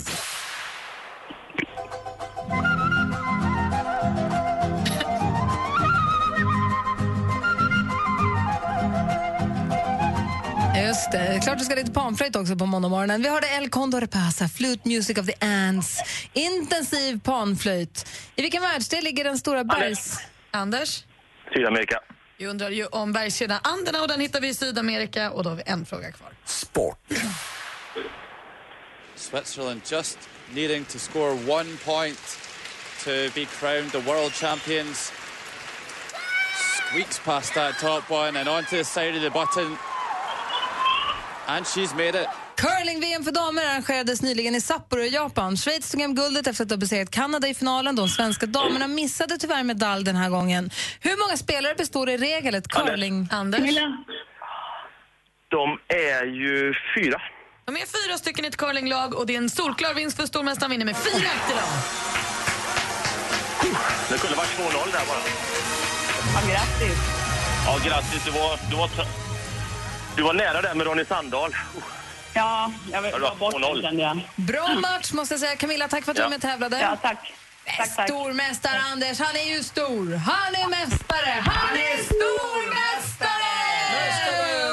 [SPEAKER 7] Just det, klart du ska lite panflöjt också på måndagmorgonen. Vi hörde El Condor Pasa, Flute Music of the Ants. Intensiv panflöjt. I vilken världsdel ligger den stora bergs...
[SPEAKER 10] Anders?
[SPEAKER 13] Sydamerika.
[SPEAKER 10] Vi undrar ju om bergskedjan Anderna och den hittar vi i Sydamerika och då har vi en fråga kvar.
[SPEAKER 18] Switzerland just needing to score one point to be crowned the world champions. Squeaks past that top one and onto the side of the button. And she's made it.
[SPEAKER 7] Curling-VM för damer arrangerades nyligen i Sapporo i Japan. Schweiz tog hem guldet efter att ha besegrat Kanada i finalen. De svenska damerna missade tyvärr medalj den här gången. Hur många spelare består i regel ett curling... Anders?
[SPEAKER 13] De är ju fyra.
[SPEAKER 10] De är fyra stycken i ett curlinglag och det är en solklar vinst för stormästaren vinner med 4-1 idag.
[SPEAKER 13] Det kunde varit 2-0 där bara.
[SPEAKER 11] Ja, grattis.
[SPEAKER 13] Ja, grattis. Du var, du var, t- du var nära där med Ronny Sandahl.
[SPEAKER 11] Ja, jag
[SPEAKER 13] Det var 2-0.
[SPEAKER 7] Bra match måste jag säga. Camilla, tack för att du
[SPEAKER 13] Ja.
[SPEAKER 7] var med och tävlade. Ja, tack. Stormästare Anders, han är ju stor. Han är mästare. Han är stormästare!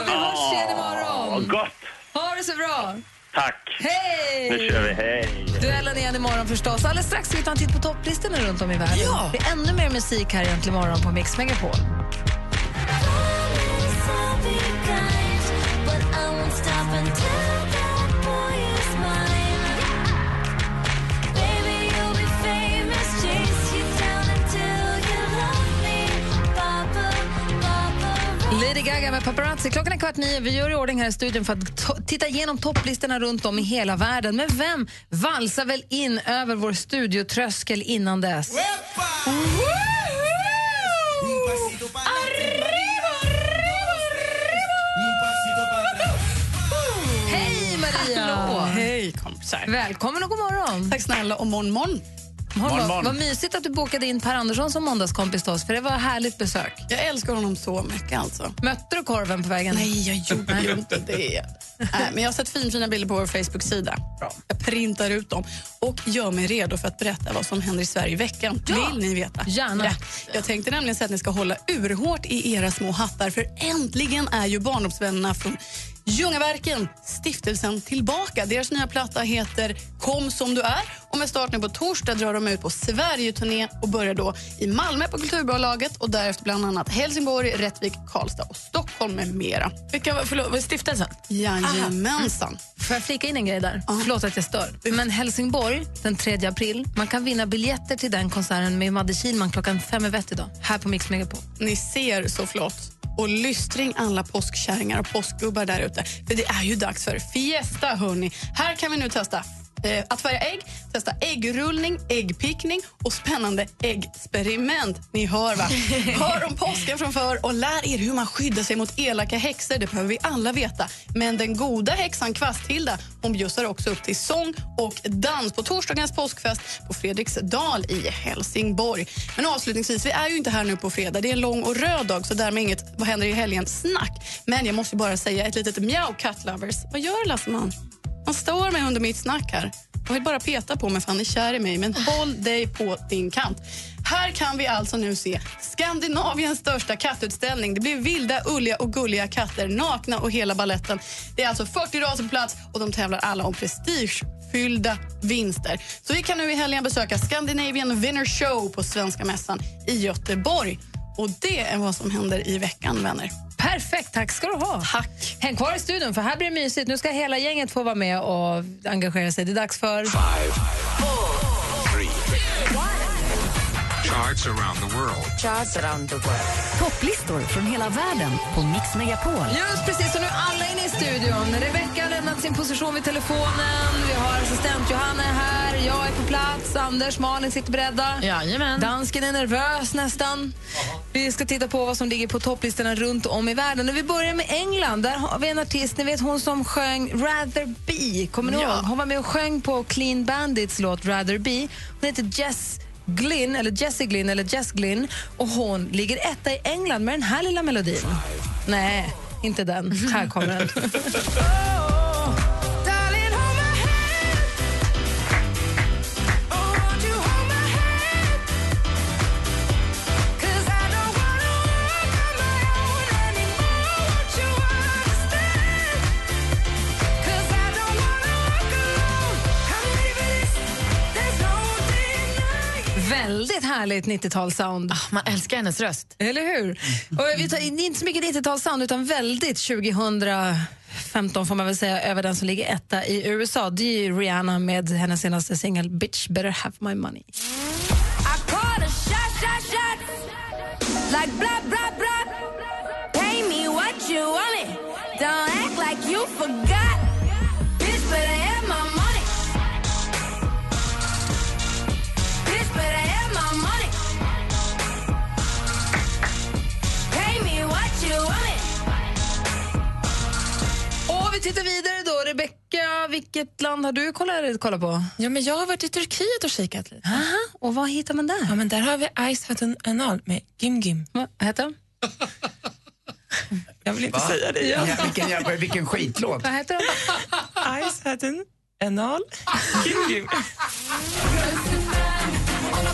[SPEAKER 7] Vi hörs igen
[SPEAKER 13] Ja,
[SPEAKER 7] imorgon.
[SPEAKER 13] gott.
[SPEAKER 7] Ha det så bra.
[SPEAKER 13] Tack.
[SPEAKER 7] Hej!
[SPEAKER 13] Nu kör vi. Hej.
[SPEAKER 7] Duellen igen imorgon förstås. Alldeles strax ska vi ta en titt på topplistorna runt om i världen.
[SPEAKER 6] Ja!
[SPEAKER 7] Det är ännu mer musik här egentligen imorgon på Mix Megapol. Lady Gaga med Paparazzi. Klockan är kvart nio. Vi gör i ordning här i studion för att to- titta igenom topplistorna runt om i hela världen. Men vem valsar väl in över vår studiotröskel innan dess? Hej Maria!
[SPEAKER 19] Hallå! Hej kompisar!
[SPEAKER 7] Välkommen och god morgon!
[SPEAKER 19] Tack snälla och morgon morgon!
[SPEAKER 7] Morgon,
[SPEAKER 19] Morgon,
[SPEAKER 7] morgon.
[SPEAKER 19] morgon.
[SPEAKER 7] Vad mysigt att du bokade in Per Andersson som måndagskompis till oss, för det var ett härligt besök.
[SPEAKER 19] Jag älskar honom så mycket. alltså.
[SPEAKER 7] Mötte du korven på vägen?
[SPEAKER 19] Nej, jag gjorde ju inte det. <laughs> Nej, men jag har sett fin, fina bilder på vår Facebook-sida. Jag printar ut dem och gör mig redo för att berätta vad som händer i Sverige i veckan. Vill ni veta?
[SPEAKER 7] Gärna.
[SPEAKER 19] Ja. Jag tänkte nämligen säga att ni ska hålla urhårt i era små hattar för äntligen är ju barndomsvännerna från Ljungaverken, stiftelsen, tillbaka. Deras nya platta heter Kom som du är och med start nu på torsdag drar de ut på Sverigeturné och börjar då i Malmö på Kulturbolaget och därefter bland annat Helsingborg, Rättvik, Karlstad och Stockholm med mera.
[SPEAKER 10] Vilka var, förlåt, var det stiftelsen?
[SPEAKER 19] Jajamensan.
[SPEAKER 7] Får jag flika in en grej där? Förlåt att jag stör. Men Helsingborg den 3 april. Man kan vinna biljetter till den konserten med Madde Kihlman klockan fem över ett idag. Här på Mix Megapol.
[SPEAKER 19] Ni ser så flott. Och lystring alla påskkärringar och påskgubbar där ute. För det är ju dags för fiesta, hörni. Här kan vi nu testa eh, att färga ägg, testa äggrullning, äggpickning och spännande äggexperiment. Ni hör, va? Hör om påsken från förr och lär er hur man skyddar sig mot elaka häxor. Det behöver vi alla veta. Men den goda häxan Kvasthilda hon bjussar också upp till sång och dans på torsdagens påskfest på Fredriksdal i Helsingborg. Men avslutningsvis, vi är ju inte här nu på fredag. Det är en lång och röd dag, så därmed inget vad händer i helgen snack. Men jag måste ju bara säga ett litet mjau, cat lovers. Vad gör Lasseman? Han står mig under mitt snack här och vill bara peta på mig för han är kär i mig. Men håll dig på din kant. Här kan vi alltså nu se Skandinaviens största kattutställning. Det blir vilda, ulliga och gulliga katter, nakna och hela balletten. Det är alltså 40 raser på plats och de tävlar alla om prestigefyllda vinster. Så vi kan nu i helgen besöka Scandinavian Winner Show på Svenska Mässan i Göteborg. Och det är vad som händer i veckan, vänner.
[SPEAKER 7] Perfekt, tack ska du ha.
[SPEAKER 19] Tack.
[SPEAKER 7] Häng kvar i studion för här blir det mysigt. Nu ska hela gänget få vara med och engagera sig. Det är dags för...
[SPEAKER 20] Charts around the world. Charts around the world.
[SPEAKER 4] Topplistor från hela världen på Mix Megapol.
[SPEAKER 7] Just precis, och nu är alla inne i studion. Rebecca har lämnat sin position vid telefonen. Vi har assistent Johanna här. Jag är på plats. Anders, Malin sitter beredda.
[SPEAKER 10] Jajamän.
[SPEAKER 7] Dansken är nervös nästan. Vi ska titta på vad som ligger på topplistorna runt om i världen. Och vi börjar med England. Där har vi en artist, ni vet hon som sjöng Rather Be. Kommer ni
[SPEAKER 19] Ja.
[SPEAKER 7] ihåg? Hon var med och sjöng på Clean Bandits låt Rather Be. Hon heter Jess Glynn, eller Jessie Glynn, eller Jess Glynn. Och hon ligger etta i England med den här lilla melodin. Nej, inte den. Här kommer den. Oh, Väldigt härligt 90-talssound.
[SPEAKER 10] man älskar hennes röst.
[SPEAKER 7] Eller hur? Och vi tar in inte så mycket 90-talssound utan väldigt 2015 får man väl säga över den som ligger etta i USA. Det är ju Rihanna med hennes senaste singel Bitch better have my money.
[SPEAKER 12] I call a shot, shot, shot. Like blah, blah, blah. Pay me what you wanted. Don't act like you forgot. Bitch better have my money. Bitch better have my money. Pay me what you wanted.
[SPEAKER 7] Och vi tittar vidare då. Rebecca, vilket land har du kollat, kollat på?
[SPEAKER 21] Ja, men jag har varit i Turkiet och kikat lite.
[SPEAKER 7] Aha, och vad hittar man där?
[SPEAKER 21] Ja, men där har vi Ice Hatun Anal med Gim Gim.
[SPEAKER 7] Vad heter de?
[SPEAKER 21] Jag vill inte
[SPEAKER 3] Va?
[SPEAKER 21] säga det igen.
[SPEAKER 3] Ja, vilken jävla- vilken skitlåt.
[SPEAKER 7] Vad heter de?
[SPEAKER 21] Ice Hatun Anal Gim Gim.
[SPEAKER 12] Ama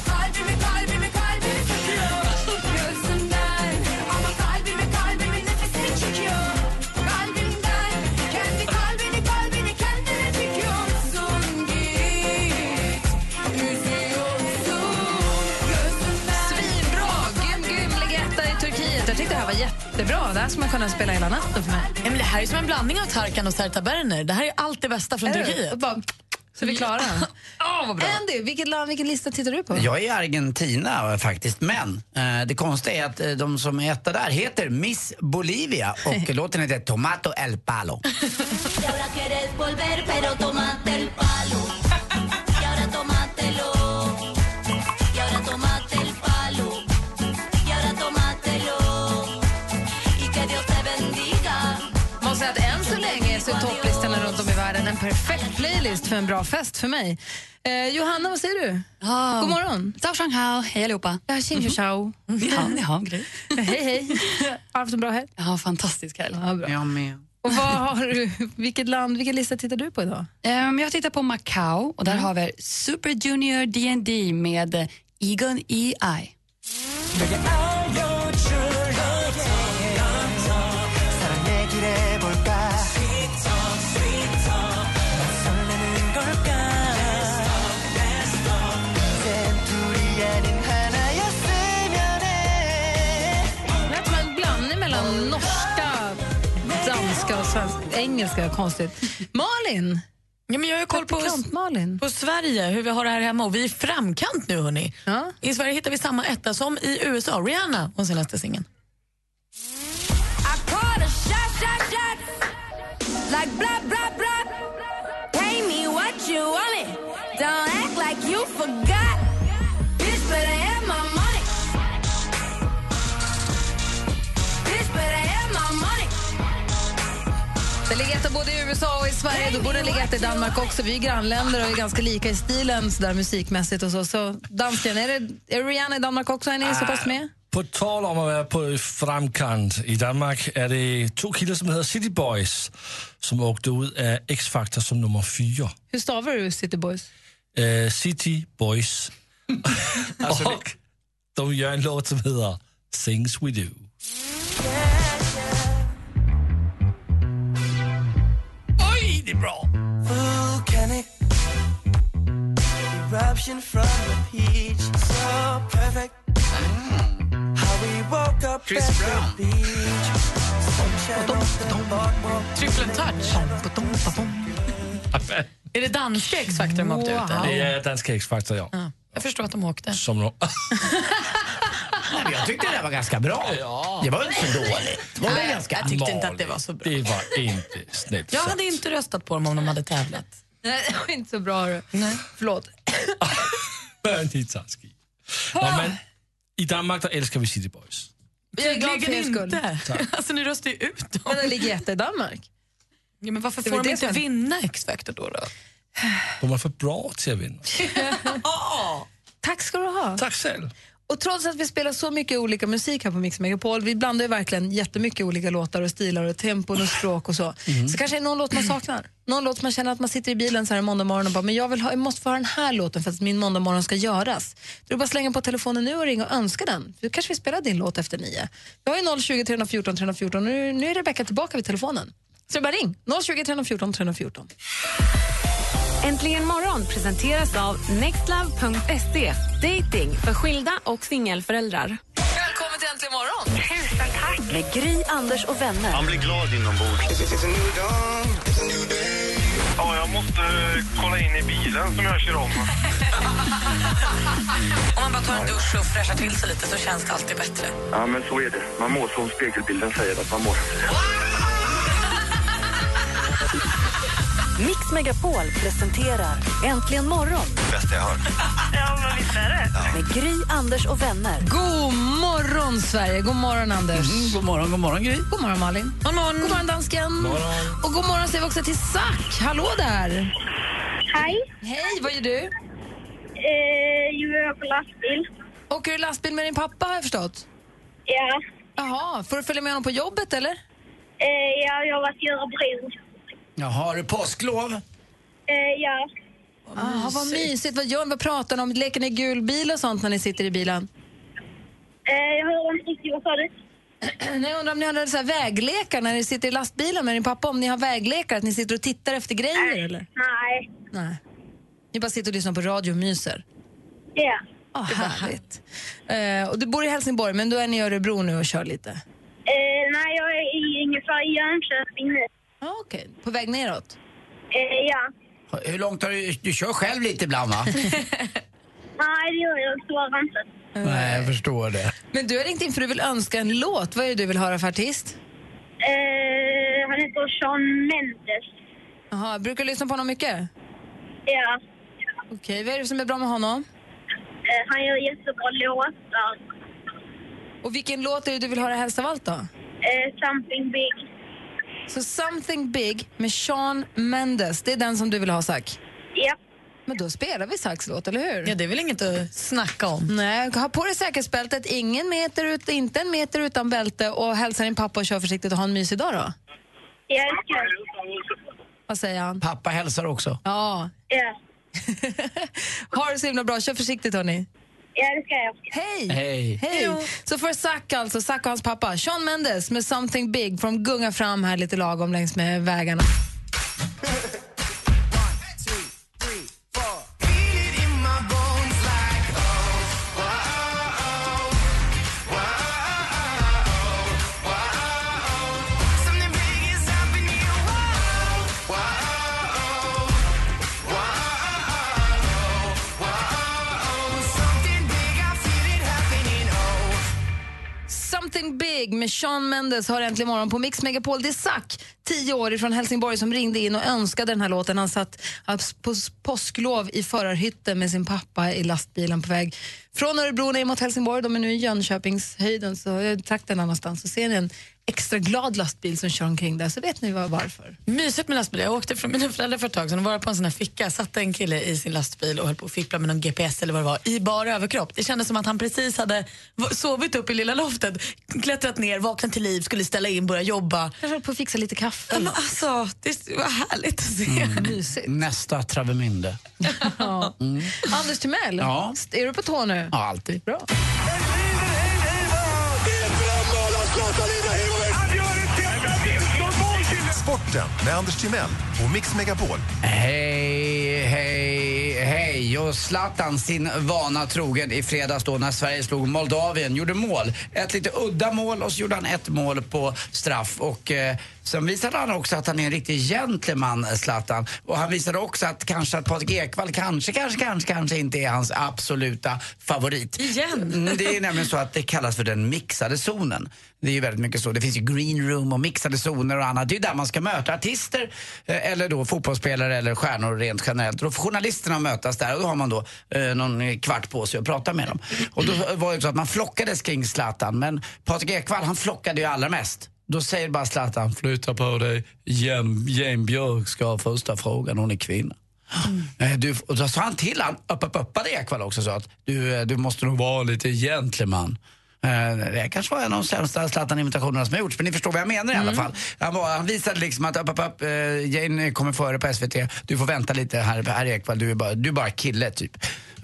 [SPEAKER 12] kalbimi, kalbimi, kalbimi tutuyor. Göğsümden. Ama kalbimi, kalbimi nefesini çekiyor. Kalbimden. Kendi kalbini, kalbini kendine dikiyorsun. Git. Üzüyorsun.
[SPEAKER 7] Svinbra! Grym, grym legetta i Turkiet. Jag tyckte det här var jättebra. Det här ska man kunna spela hela natten för mig.
[SPEAKER 10] Ja, men det här är som en blandning av Tarkan och Serta Berner. Det här är allt det bästa från
[SPEAKER 7] Är det?
[SPEAKER 10] Turkiet.
[SPEAKER 7] Och bara- Så är vi klara.
[SPEAKER 10] oh, vad bra.
[SPEAKER 7] <laughs> Andy, vilket land, vilken lista tittar du på?
[SPEAKER 3] Jag är Argentina eh, faktiskt, men eh, det konstiga är att eh, de som är etta där heter Miss Bolivia
[SPEAKER 7] <laughs>
[SPEAKER 3] och låten heter Tomato El Palo.
[SPEAKER 12] Y ahora quieres volver, pero tomate el palo. Y ahora tomátelo. Y ahora tomate el palo. Y ahora tomátelo. Y que Dios te bendiga.
[SPEAKER 7] Måste säga att än så länge så är topplistorna runt om i världen en perfekt playlist för en bra fest för mig. Eh, Johanna, vad säger du? God morgon.
[SPEAKER 2] Zhao Shanghao, hej allihopa.
[SPEAKER 7] Ja, tjing tjau.
[SPEAKER 2] Ja, ni har en grej.
[SPEAKER 7] Mm-hmm. <laughs> Hej, hej. <laughs> Har haft en bra helg?
[SPEAKER 2] Ja, fantastisk helg.
[SPEAKER 7] Ja, bra.
[SPEAKER 3] Jag med.
[SPEAKER 7] Och vad har du, vilket land, vilken lista tittar du på idag?
[SPEAKER 2] Ehm, jag tittar på Macau och där
[SPEAKER 10] Mm.
[SPEAKER 2] har vi Super Junior D&D med eh, Egon E.I.
[SPEAKER 7] Lät som en blandning mellan norska, danska och svenska. Engelska, konstigt. Malin!
[SPEAKER 10] Ja, men jag har ju koll på,
[SPEAKER 7] Malin.
[SPEAKER 10] på Sverige, hur vi har det här hemma. Och vi är i framkant nu, hörni. I Sverige hittar vi samma etta som i USA. Rihanna, hon senaste singeln.
[SPEAKER 12] I call a shot, shot, shot. Like blah, blah, blah. Pay me what you want it. Don't act like you forgot. Bitch better have my money. Bitch better have my money.
[SPEAKER 7] Det ligger etta både i USA och i Sverige. Då borde det ligga etta i Danmark också. Vi är grannländer och är ganska lika i stilen så där musikmässigt. och så. så dansken, är det är Rihanna i Danmark också? Är ni så pass med?
[SPEAKER 9] På tal om att vara på framkant. I Danmark är det två killar som heter City Boys som åkte ut av X-Factor som nummer fyra.
[SPEAKER 7] Hur stavar du City Boys?
[SPEAKER 9] Eh, City <laughs> Boys. och de gör en låt som heter Things We Do. Oj, det är bra!
[SPEAKER 12] Volcanic eruption from the peach, so perfect. How we woke up Chris at Brown. the beach, sunshine on the boardwalk.
[SPEAKER 10] Triple touch. Är det danska X-Factor de åkte ut
[SPEAKER 9] Det
[SPEAKER 10] eller?
[SPEAKER 9] är danska X-Factor, ja.
[SPEAKER 10] Ja. Jag förstår att de åkte.
[SPEAKER 9] Som de...
[SPEAKER 3] Nej, men jag tyckte det där var ganska bra. Det var inte så dåligt. Var det
[SPEAKER 10] Nej,
[SPEAKER 3] ganska
[SPEAKER 10] jag tyckte inte att det var så bra.
[SPEAKER 9] Det var inte snällt
[SPEAKER 10] Jag
[SPEAKER 9] sagt.
[SPEAKER 10] hade inte röstat på dem om de hade tävlat.
[SPEAKER 7] Nej, <laughs> det var inte så bra. du. Förlåt.
[SPEAKER 9] Men det är taskigt. Nå, men, I Danmark där älskar vi City Boys.
[SPEAKER 7] Jag är glad för er
[SPEAKER 10] Tydligen
[SPEAKER 7] skull.
[SPEAKER 10] inte. <laughs> Alltså, ni röstar ju ut dem.
[SPEAKER 7] Men den ligger etta i Danmark.
[SPEAKER 10] Ja, men varför
[SPEAKER 7] Det
[SPEAKER 10] får
[SPEAKER 7] var
[SPEAKER 10] de
[SPEAKER 7] det
[SPEAKER 10] inte
[SPEAKER 7] som-
[SPEAKER 10] vinna X-Factor då? då?
[SPEAKER 9] De är för bra till att vinna.
[SPEAKER 7] Tack ska du ha.
[SPEAKER 9] Tack själv.
[SPEAKER 7] Och trots att vi spelar så mycket olika musik här på Mix Megapol, vi blandar ju verkligen jättemycket olika låtar och stilar och tempon och språk och så.
[SPEAKER 12] Mm.
[SPEAKER 7] Så kanske det är någon låt man saknar. Någon låt man känner att man sitter i bilen så här en måndag morgon och bara, men jag, vill ha, jag måste få ha den här låten för att min måndag morgon ska göras. Du bara att slänga på telefonen nu och ringa och önska den. Då kanske vi spelar din låt efter nio. Vi har ju 020 314 314 nu, nu är Rebecca tillbaka vid telefonen. Så det är bara ring, 020 314 314.
[SPEAKER 22] Äntligen morgon presenteras av nextlove.se. Dating för skilda och singelföräldrar.
[SPEAKER 7] Välkommen till Äntligen morgon!
[SPEAKER 22] Tusen tack! Med Gry, Anders och vänner.
[SPEAKER 23] Han blir glad inombords. Ja, jag måste eh, kolla in i bilen som jag kör om.
[SPEAKER 10] Om man bara tar en dusch och fräschar till sig lite så känns det alltid bättre.
[SPEAKER 23] Ja, men så är det. Man mår som spegelbilden säger att man mår.
[SPEAKER 4] Mix Megapol presenterar Äntligen morgon
[SPEAKER 23] Bästa jag hört.
[SPEAKER 4] ja, men visst är det. med Gry, Anders och vänner.
[SPEAKER 7] God morgon, Sverige! God morgon, Anders. Mm, god morgon, god morgon Gry. God morgon, Malin. God morgon, god morgon dansken.
[SPEAKER 12] morgon.
[SPEAKER 7] Och god morgon säger vi också till Zack. Hallå där!
[SPEAKER 24] Hej. Eh,
[SPEAKER 7] Hej, vad gör du?
[SPEAKER 24] jag åker lastbil.
[SPEAKER 7] Åker du lastbil med din pappa har jag förstått?
[SPEAKER 24] Ja.
[SPEAKER 7] Jaha, får du följa med honom på jobbet eller?
[SPEAKER 24] Eh, jag har jobbat i Örebro.
[SPEAKER 3] Jaha, har du påsklov?
[SPEAKER 24] Eh, ja.
[SPEAKER 7] Ah, vad mysigt. Vad gör ni? Vad pratar ni om? Leker ni gul bil och sånt när ni sitter i bilen?
[SPEAKER 24] Eh, jag hörde inte riktigt vad sa du?
[SPEAKER 7] Eh, Nej, jag undrar om ni har några så här väglekar när ni sitter i lastbilen med din pappa? Om ni har väglekar, att ni sitter och tittar efter grejer eller?
[SPEAKER 24] Nej.
[SPEAKER 7] Nej. Ni bara sitter och lyssnar på radio och myser?
[SPEAKER 24] Ja.
[SPEAKER 7] Ah, härligt. Eh, och du bor i Helsingborg, men då är ni i Örebro nu och kör lite?
[SPEAKER 24] Eh, nej, jag är i, ungefär i Jönköping nu.
[SPEAKER 7] Ah, Okej, på väg neråt?
[SPEAKER 24] Eh, ja.
[SPEAKER 3] Hur långt har du... Du kör själv lite ibland,
[SPEAKER 24] <laughs>
[SPEAKER 3] va?
[SPEAKER 24] Nej, det gör jag tyvärr inte.
[SPEAKER 3] Nej, jag förstår det.
[SPEAKER 7] Men du har ringt in för du vill önska en låt. Vad är det du vill höra för artist?
[SPEAKER 24] Eh, han heter Sean Mendes.
[SPEAKER 7] Jaha, brukar du lyssna på honom mycket?
[SPEAKER 24] Ja.
[SPEAKER 7] Okej, vad är det som är bra med honom?
[SPEAKER 24] Eh, han gör jättebra låtar.
[SPEAKER 7] Och vilken låt är det du vill höra helst av allt då?
[SPEAKER 24] Eh, something big.
[SPEAKER 7] Så Something Big med Sean Mendes, det är den som du vill ha, Zack?
[SPEAKER 24] Ja.
[SPEAKER 7] Men då spelar vi Sax låt, eller hur? Ja, det är väl inget att snacka om. Nej, ha på dig säkerhetsbältet, ingen meter ut, inte en meter utan bälte och hälsa din pappa och kör försiktigt och ha en mysig dag då.
[SPEAKER 24] Jag älskar dig.
[SPEAKER 7] Vad säger han?
[SPEAKER 3] Pappa hälsar också.
[SPEAKER 7] Ja. <laughs>
[SPEAKER 24] Ja.
[SPEAKER 7] ha det så himla bra, kör försiktigt hörni.
[SPEAKER 24] Jag älskar er.
[SPEAKER 7] Hej!
[SPEAKER 3] Hej.
[SPEAKER 7] Hej! Så får Zack alltså, Zack och hans pappa, Sean Mendes med Something Big får de gunga fram här lite lagom längs med vägarna. Something Big med Sean Mendes har äntligen morgon på Mix Megapol. Det är Zack, 10 år från Helsingborg, som ringde in och önskade den här låten. Han satt på påsklov i förarhytten med sin pappa i lastbilen på väg från Örebro ner mot Helsingborg. De är nu i Jönköpingshöjden, så eh, trakten där någonstans. Så ser ni en extra glad lastbil som kör omkring där så vet ni vad- varför.
[SPEAKER 10] Mysigt med lastbil. Jag åkte från mina föräldrar för ett tag sedan och var på en sån här ficka. Satt en kille i sin lastbil och höll på att fippla med någon GPS eller vad det var i bara överkropp. Det kändes som att han precis hade v- sovit upp i lilla loftet, klättrat ner, vaknat till liv, skulle ställa in, börja jobba.
[SPEAKER 7] Kanske höll på att fixa lite kaffe.
[SPEAKER 10] Ja, men alltså, det var härligt att se.
[SPEAKER 3] Nästa Travemünde.
[SPEAKER 7] Ja. Anders Timell,
[SPEAKER 3] Ja.
[SPEAKER 7] är du på tå nu?
[SPEAKER 3] Ja, alltid.
[SPEAKER 7] Bra.
[SPEAKER 20] Sporten med Anders Timell och Mix Megapol.
[SPEAKER 3] Hej, hej, hej. Och Zlatan, sin vana trogen, i fredags då när Sverige slog Moldavien, gjorde mål. Ett lite udda mål och så gjorde han ett mål på straff. Och eh, sen visade han också att han är en riktig gentleman, eh, Zlatan. Och han visade också att kanske att Patrik Ekwall kanske, kanske, kanske, kanske inte är hans absoluta favorit.
[SPEAKER 10] Igen?
[SPEAKER 3] Mm, det är nämligen så att det kallas för den mixade zonen. Det är ju väldigt mycket så. Det finns ju green room och mixade zoner och annat. Det är ju där man ska möta artister eh, eller då fotbollsspelare eller stjärnor rent generellt. Då får journalisterna mötas där och då har man då eh, någon kvart på sig att prata med dem. Och då var det så att man flockades kring Zlatan men Patrik Ekwall han flockade ju allra mest. Då säger bara Zlatan, flytta på dig, Jane, Jane Björk ska ha första frågan, hon är kvinna. Eh, Du, och då sa han till han, upp, upp, uppade Ekwall också så att du, eh, du måste nog vara lite gentleman. Eh, Det kanske var en av de sämsta Zlatan-imitationerna som har gjorts, men ni förstår vad jag menar i alla fall. Han, var, han visade liksom att upp, upp, upp, eh, Jane kommer före på SVT, du får vänta lite här, här Ekwall, du är bara, du är bara kille typ.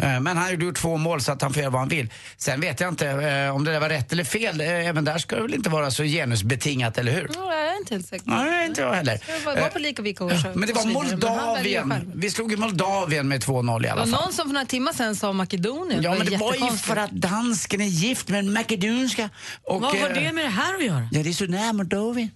[SPEAKER 3] Eh, Men han gjorde ju två mål så att han får göra vad han vill. Sen vet jag inte eh, om det där var rätt eller fel, Eh, även där ska det väl inte vara så genusbetingat, eller hur?
[SPEAKER 7] Ja, jag är inte helt säker.
[SPEAKER 3] Nej, inte jag heller. Eh,
[SPEAKER 7] Det var var på lika villkor. så-
[SPEAKER 3] Men det var
[SPEAKER 7] och så vidare. Men han väljer själv.
[SPEAKER 3] Moldavien. Vi slog ju Moldavien med 2-0 i
[SPEAKER 7] Det var
[SPEAKER 3] alla fall.
[SPEAKER 7] någon som för några timmar sedan sa Makedonien.
[SPEAKER 3] Ja, men det var ju
[SPEAKER 7] jättekonstigt.
[SPEAKER 3] för att dansken är gift med en makedonska. Och,
[SPEAKER 7] Vad har
[SPEAKER 3] eh,
[SPEAKER 7] det
[SPEAKER 10] med det här att göra?
[SPEAKER 3] Ja, det är så nära Moldavien.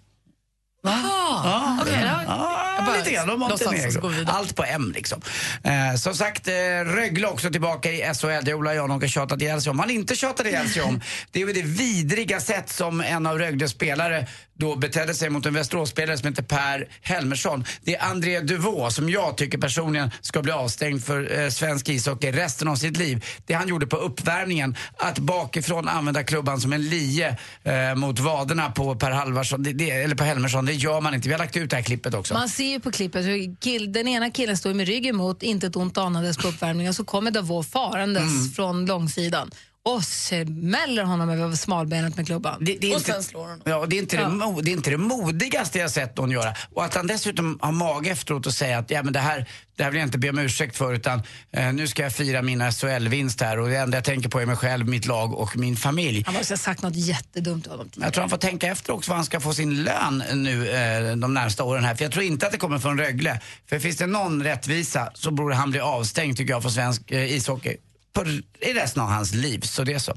[SPEAKER 10] Jaha,
[SPEAKER 3] Ja,
[SPEAKER 10] okej.
[SPEAKER 3] ja,
[SPEAKER 10] jag bara
[SPEAKER 3] lite grann om
[SPEAKER 10] låtsas
[SPEAKER 3] Montenegro.
[SPEAKER 10] så går vi vidare.
[SPEAKER 3] Allt på M liksom. Eh, som sagt, eh, Rögle också tillbaka i SHL. Det Ola Janhag har tjatat ihjäl sig om. Han inte tjatade ihjäl sig om. Det är ju det vidriga sätt som en av Rögles spelare då betedde sig mot en Västeråsspelare som heter Per Helmersson. Det är André Duvå som jag tycker personligen ska bli avstängd för eh, svensk ishockey resten av sitt liv. Det han gjorde på uppvärmningen, att bakifrån använda klubban som en lie eh, mot vaderna på Per Halvarsson, det, det, eller på Helmersson, det gör man inte. Vi har lagt ut det här klippet också.
[SPEAKER 7] Man ser ju på klippet hur kill, den ena killen står med ryggen mot, inte ett ont anades på uppvärmningen, så kommer Davos farandes
[SPEAKER 3] Mm.
[SPEAKER 7] från långsidan och smäller honom över smalbenet med klubban.
[SPEAKER 3] Det, är inte- Ja, det är, inte
[SPEAKER 7] Ja.
[SPEAKER 3] Det, mo- det är inte det modigaste jag sett någon göra. Och att han dessutom har mage efteråt och säga att ja, men det, här, det här vill jag inte be om ursäkt för utan eh, nu ska jag fira min SHL-vinst här och det enda jag tänker på är mig själv, mitt lag och min familj.
[SPEAKER 7] Han måste ha sagt något jättedumt till honom.
[SPEAKER 3] Jag tror han får tänka efter också vad han ska få sin lön nu eh, de närmsta åren här. För jag tror inte att det kommer från Rögle. För finns det någon rättvisa så borde han bli avstängd tycker jag från svensk eh, ishockey. På, I resten av hans liv, så det är så.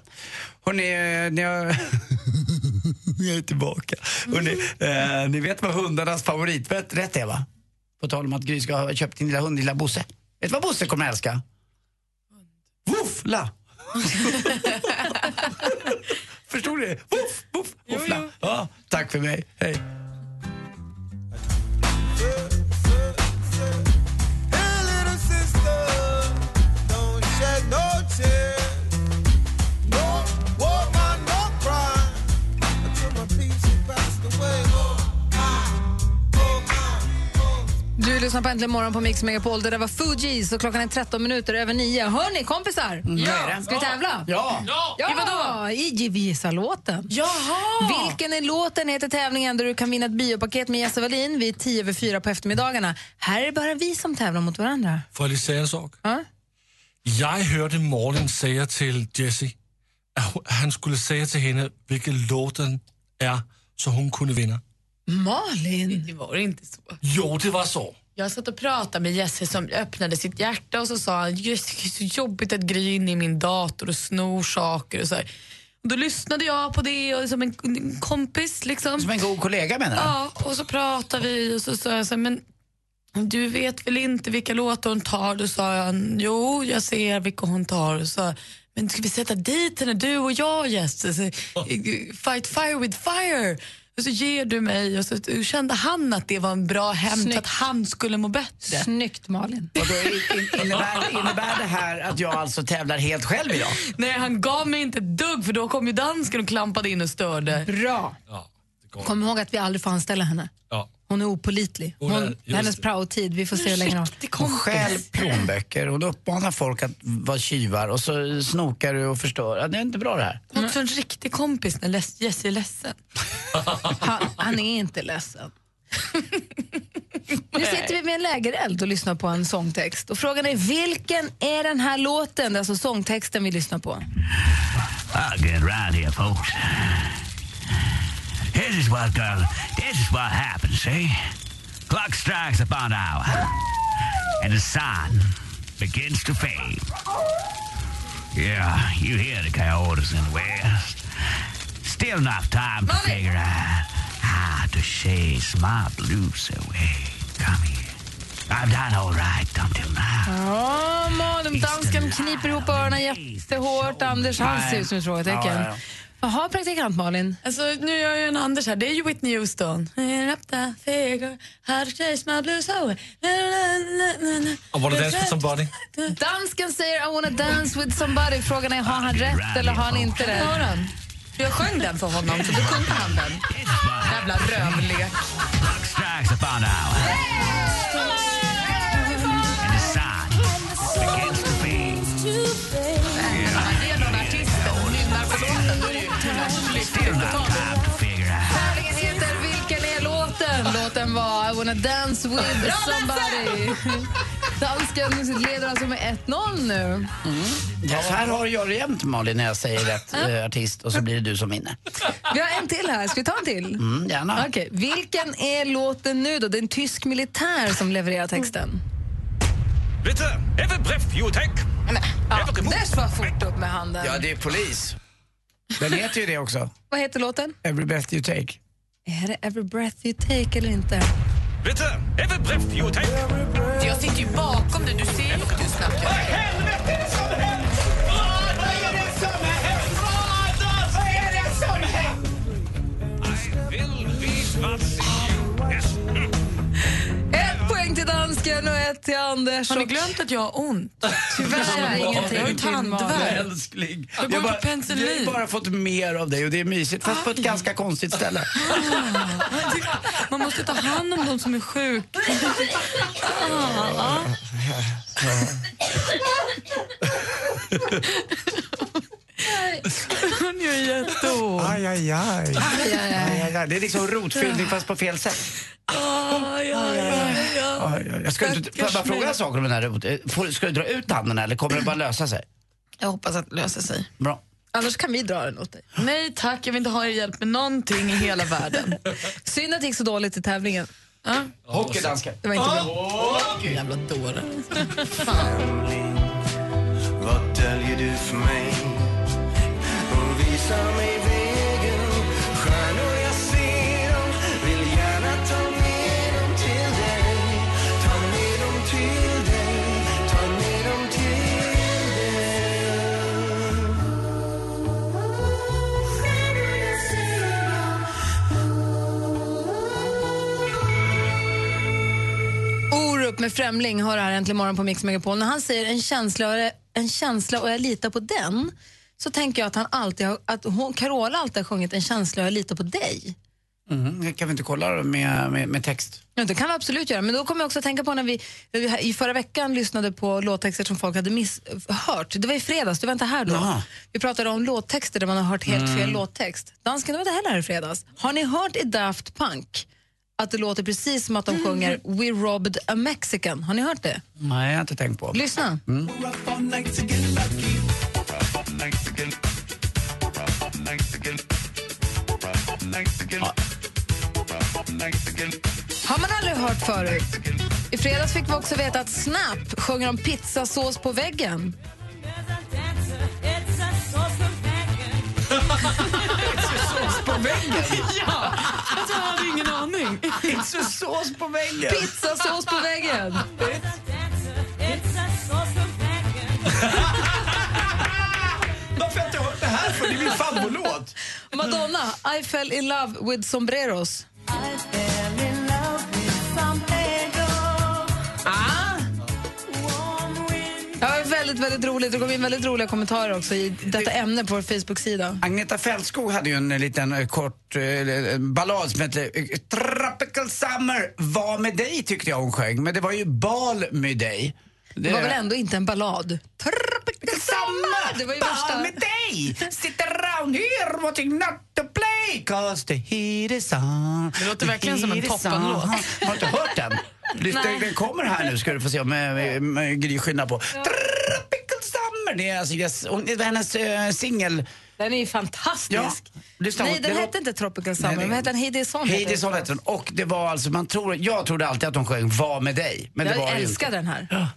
[SPEAKER 3] Hörrni, eh, ni har... <laughs> jag är tillbaka. Hörrni, eh, ni vet vad hundarnas favoriträtt rätt är va? På tal om att Gry ska ha köpt din lilla hund, lilla Bosse. Vet du vad Bosse kommer älska? Våffla! Förstod du det? Woof, woof, woofla. Ja, tack för mig. Hej.
[SPEAKER 7] Du lyssnar lyssnar på Äntligen morgon på Mix Megapol. Det där var Fugees och klockan är 13 minuter över 9. Hörni, kompisar!
[SPEAKER 3] Mm.
[SPEAKER 19] Ja.
[SPEAKER 7] Ska vi tävla?
[SPEAKER 19] Ja.
[SPEAKER 7] ja.
[SPEAKER 19] Ja.
[SPEAKER 7] I
[SPEAKER 19] I
[SPEAKER 7] vadå?
[SPEAKER 19] vadå?
[SPEAKER 7] I Gissa-låten.
[SPEAKER 19] Jaha!
[SPEAKER 7] Vilken är låten heter tävlingen där du kan vinna ett biopaket med Jesse Wallin vid 10 över 4 på eftermiddagarna. Här är det bara vi som tävlar mot varandra.
[SPEAKER 9] Får jeg lige sige en sak?
[SPEAKER 7] Ja.
[SPEAKER 9] Jeg hørte Morten sige til Jesse, at hun- han skulle sige til hende, hvilken låten er, så hun kunne vinde.
[SPEAKER 7] Malin!
[SPEAKER 10] Det var inte så.
[SPEAKER 9] Jo, det var så.
[SPEAKER 10] Jag satt och pratade med Jesse som öppnade sitt hjärta och så sa han "Just, det är så jobbigt att Gry är inne i min dator och snor saker och så här. Och då lyssnade jag på det och som en, en kompis liksom.
[SPEAKER 3] Som en god kollega menar du?
[SPEAKER 10] Ja, och så pratade vi och så sa jag så här, men du vet väl inte vilka låtar hon tar? Då sa jag, jo jag ser vilka hon tar. Och så, men ska vi sätta dit henne, du och jag Jesse? Så, fight fire with fire. Och så ger du mig och så kände han att det var en bra hämnd för att han skulle må bättre.
[SPEAKER 7] Snyggt Malin.
[SPEAKER 3] Innebär, innebär det här att jag alltså tävlar helt själv idag?
[SPEAKER 10] Nej, han gav mig inte ett dugg för då kom ju dansken och klampade in och störde.
[SPEAKER 7] Bra. Kom ihåg att vi aldrig får anställa henne.
[SPEAKER 9] Ja.
[SPEAKER 7] Hon är opolitlig.
[SPEAKER 3] Hon är-
[SPEAKER 7] Hon,
[SPEAKER 3] just
[SPEAKER 7] hennes
[SPEAKER 3] det.
[SPEAKER 7] praotid, vi får se hur länge hon...
[SPEAKER 3] Hon stjäl plånböcker och då uppmanar folk att vara tjuvar och så snokar du och förstör. Ja, Det är inte bra det här.
[SPEAKER 10] Hon
[SPEAKER 7] Mm.
[SPEAKER 10] är en riktig kompis när less- Jesse är ledsen.
[SPEAKER 7] Han, han är inte ledsen. Nu sitter vi med en lägereld och lyssnar på en sångtext. Och frågan är vilken är den här låten, Det är alltså sångtexten vi lyssnar på?
[SPEAKER 1] I'll Ah, get right here, folks. This is what, girl, this is what happens, see? Clock strikes upon hour, and the sun begins to fade. Yeah, you hear the coyotes in the west. Still enough time to figure out how to chase my blues away. Come here. I've done all right up till now.
[SPEAKER 7] Ja, Malin, dansken kniper ihop öronen jättehårt. Anders, han ser ut som ett frågetecken. Jaha, praktikant Malin.
[SPEAKER 10] Alltså, nu gör jag en Anders här. Det är ju Whitney Houston. Rapta figor, hard chase my blues away. Na, na, na, na, na.
[SPEAKER 9] Og hvor det dansk for somebody.
[SPEAKER 7] Dansken säger I wanna dance with somebody. Frågan är, har han rätt eller har han inte
[SPEAKER 10] Kan du höra
[SPEAKER 7] rätt?
[SPEAKER 10] den? Jag sjöng den för honom, så då kunde han den. Jävla rövlek.
[SPEAKER 1] Clock strikes upon hour. And the sun begins to fade.
[SPEAKER 10] Det är någon artist som nynnar på låten. Då är det ju
[SPEAKER 1] Still not time to figure out.
[SPEAKER 7] Tävlingen heter Vilken är låten? Låten var I wanna dance with somebody. Dansken leder alltså med 1-0 nu.
[SPEAKER 3] Ja, så här har jag det jämt Malin när jag säger rätt eh, artist och så blir det du som vinner.
[SPEAKER 7] Vi har en till här. Ska vi ta en till?
[SPEAKER 3] Mm, gärna.
[SPEAKER 7] Okej, Vilken är låten nu då? Det är en tysk militär som levererar texten.
[SPEAKER 25] Bitte, ever breath you take.
[SPEAKER 7] Ja, där var fort upp med handen.
[SPEAKER 3] det är polis. Den heter ju det också.
[SPEAKER 7] Vad heter låten?
[SPEAKER 3] Every breath you take.
[SPEAKER 7] Är det Every breath you take eller inte?
[SPEAKER 25] Bitte, ever breath you take.
[SPEAKER 10] Jag sitter ju bakom dig, du ser ju inte hur snabbt jag är.
[SPEAKER 7] Ett poäng till dansken och ett till Anders.
[SPEAKER 10] Har ni
[SPEAKER 7] och-
[SPEAKER 10] glömt att jag har ont?
[SPEAKER 7] Tyvärr har jag ingenting
[SPEAKER 10] Jag har ju
[SPEAKER 7] till Malin.
[SPEAKER 10] tandvärk.
[SPEAKER 3] Älskling.
[SPEAKER 10] Jag går
[SPEAKER 3] Jag
[SPEAKER 10] på
[SPEAKER 3] bara,
[SPEAKER 10] penicillin.
[SPEAKER 3] du har bara fått mer av dig och det är mysigt fast på
[SPEAKER 7] Ah.
[SPEAKER 3] ett ganska konstigt ställe.
[SPEAKER 10] Man måste ta hand om de som är <laughs> sjuka. Hon gör jätteont.
[SPEAKER 3] Aj, aj, aj.
[SPEAKER 10] Aj, aj, aj.
[SPEAKER 3] Aj, aj, aj. Det är liksom rotfyllning fast på fel sätt.
[SPEAKER 10] Aj, aj, aj, aj.
[SPEAKER 3] Aj, aj. Jag ska inte, får jag bara fråga en sak om den här rot? eh, får- Ska du dra ut handen eller kommer det bara lösa sig?
[SPEAKER 10] Jag hoppas att det löser sig.
[SPEAKER 3] Bra.
[SPEAKER 7] Annars kan vi dra den åt dig.
[SPEAKER 10] Nej tack, jag vill inte ha er hjälp med någonting i hela världen.
[SPEAKER 7] Synd att det gick så dåligt i tävlingen.
[SPEAKER 3] Hockey, danska.
[SPEAKER 7] Det var inte bra.
[SPEAKER 10] Jävla dåre.
[SPEAKER 5] Vad döljer du för mig? Och visa mig vägen Stjärnor jag ser dem Vill gärna ta med dem till dig Ta med dem till dig Ta med dem till dig Stjärnor jag ser dem
[SPEAKER 7] Orup med Främling har det här äntligen morgon på Mix Megapol. När han säger en känsla, och- en känsla och jag litar på den så tänker jag att, han alltid har, att hon, Carola alltid har sjungit en känsla och jag litar på dig.
[SPEAKER 3] Mhm, Kan vi inte kolla med, med, med text?
[SPEAKER 7] Ja, det kan vi absolut göra, men då kommer jag också att tänka på när vi, när vi här- i förra veckan lyssnade på låttexter som folk hade misshört. Det var i fredags, du var inte här då.
[SPEAKER 3] Jaha.
[SPEAKER 7] Vi pratade om låttexter där man har hört helt
[SPEAKER 3] Mm.
[SPEAKER 7] fel låttext. Dansken du var inte heller här i fredags. Har ni hört i Daft Punk att det låter precis som att
[SPEAKER 3] Mm.
[SPEAKER 7] de sjunger We robbed a Mexican? Har ni hört det?
[SPEAKER 3] Nej, jag har inte tänkt på.
[SPEAKER 7] Lyssna.
[SPEAKER 3] Mm.
[SPEAKER 7] Har man aldrig hört förut? I fredags fick vi också veta att Snap sjunger om pizzasås på väggen.
[SPEAKER 3] Sås på väggen?
[SPEAKER 10] ja, <laughs> alltså, jag hade ingen aning.
[SPEAKER 3] Pizzasås på väggen.
[SPEAKER 7] Pizzasås på väggen.
[SPEAKER 3] Varför har jag inte hört det här för? Det är min favvolåt.
[SPEAKER 7] Madonna, I fell in love with sombreros. Ah! Det var väldigt, väldigt roligt. Det kom in väldigt roliga kommentarer också i detta ämne på vår Facebook-sida.
[SPEAKER 3] Agneta Fältskog hade ju en eh, liten eh, kort eh, eh, ballad som hette eh, Tropical Summer var med dig tyckte jag hon sjöng. Men det var ju bal med dig.
[SPEAKER 7] Det var väl ändå inte en ballad? Tropical summer! Det var ju värsta...
[SPEAKER 3] Bal med dig! Sit around here watching not to play cause the heat is on.
[SPEAKER 10] Det låter verkligen som en
[SPEAKER 3] The heat is on.
[SPEAKER 10] toppenlåt.
[SPEAKER 3] Har du inte hört den?
[SPEAKER 10] Nej.
[SPEAKER 3] Den, den kommer här nu ska du få se om eh, eh, Gry skyndar på. Tropical Summer, det är alltså yes, hon- det var hennes eh, singel.
[SPEAKER 7] Den är ju fantastisk.
[SPEAKER 3] Ja, lyssna,
[SPEAKER 7] Nej,
[SPEAKER 3] hon-
[SPEAKER 7] den
[SPEAKER 3] det lå-
[SPEAKER 7] hette inte Tropical Summer.
[SPEAKER 3] Nej,
[SPEAKER 7] Vad
[SPEAKER 3] det-
[SPEAKER 7] hette den? Heidi Song? heter
[SPEAKER 3] Heidi
[SPEAKER 7] den.
[SPEAKER 3] Song heter den. Och det var alltså, man tror, jag trodde alltid att hon sjöng Var med dig. Men det
[SPEAKER 7] Jag
[SPEAKER 3] var det ju
[SPEAKER 7] älskar
[SPEAKER 3] inte.
[SPEAKER 7] den här.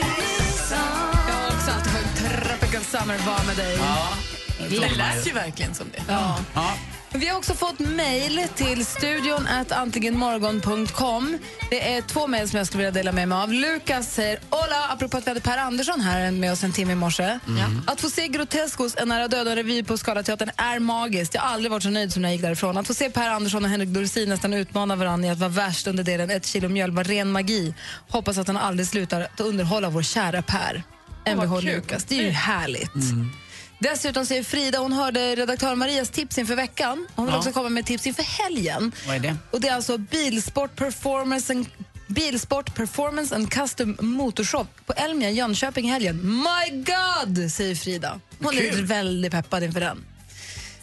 [SPEAKER 7] Jag har också alltid hört Tropical Summer var med dig.
[SPEAKER 10] Ja.
[SPEAKER 7] Det
[SPEAKER 10] Det lät ju verkligen som det.
[SPEAKER 7] Ja.
[SPEAKER 3] Ja.
[SPEAKER 7] Vi har också fått mejl till studion at antigenmorgon.com. Det är två mejl som jag skulle vilja dela med mig av. Lukas säger, Ola, apropå att vi hade Per Andersson här med oss en timme i morse.
[SPEAKER 22] Mm.
[SPEAKER 7] Att få se Groteskos En nära döden-revy på Scalateatern är magiskt. Jag har aldrig varit så nöjd som när jag gick därifrån. Att få se Per Andersson och Henrik Dorsin nästan utmana varandra i att vara värst under delen ett kilo mjöl var ren magi. Hoppas att han aldrig slutar att underhålla vår kära Per. Mvh Lukas, det är ju härligt. Dessutom säger Frida, hon hörde redaktör Marias tips inför veckan. Hon vill
[SPEAKER 3] Ja.
[SPEAKER 7] också komma med tips inför helgen.
[SPEAKER 3] Vad är det?
[SPEAKER 7] Och det är alltså Bilsport Performance and, Bilsport Performance and Custom Motorshop på Elmia i Jönköping i helgen. My God, säger Frida. Hon är
[SPEAKER 22] Kul.
[SPEAKER 7] väldigt peppad inför den.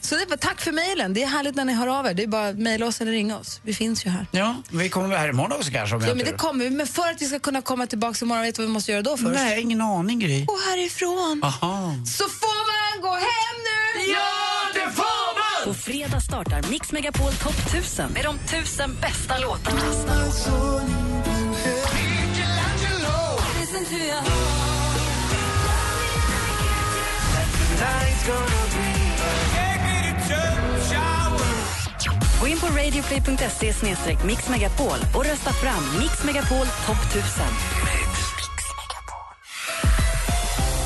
[SPEAKER 7] Så det var, tack för mejlen. Det är härligt när ni hör av er. Det är bara att mejla oss eller ringa oss. Vi finns ju här.
[SPEAKER 3] Ja, vi kommer väl här imorgon också kanske om
[SPEAKER 7] Ja,
[SPEAKER 3] jag
[SPEAKER 7] men
[SPEAKER 3] har
[SPEAKER 7] det
[SPEAKER 3] tur.
[SPEAKER 7] kommer vi. Men för att vi ska kunna komma tillbaka imorgon, vet du vad vi måste göra då först?
[SPEAKER 3] Nej, ingen aning Gry.
[SPEAKER 7] Och härifrån.
[SPEAKER 3] Aha.
[SPEAKER 7] Så får man gå hem nu!
[SPEAKER 4] På fredag startar Mix Megapol Top 1000 med de 1000 bästa låtarna. Gå in på radioplay.se mixmegapol och rösta fram Mix Megapol Top 1000.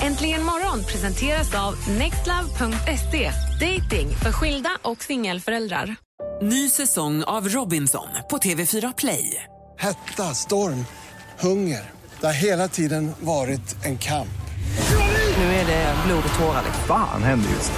[SPEAKER 22] Äntligen morgon presenteras av nextlove.se. Dating för skilda och singelföräldrar.
[SPEAKER 14] Ny säsong av Robinson på TV4 Play.
[SPEAKER 15] Hetta, storm, hunger. Det har hela tiden varit en kamp.
[SPEAKER 14] Nu är det blod och tårar.
[SPEAKER 16] Fan händer just nu.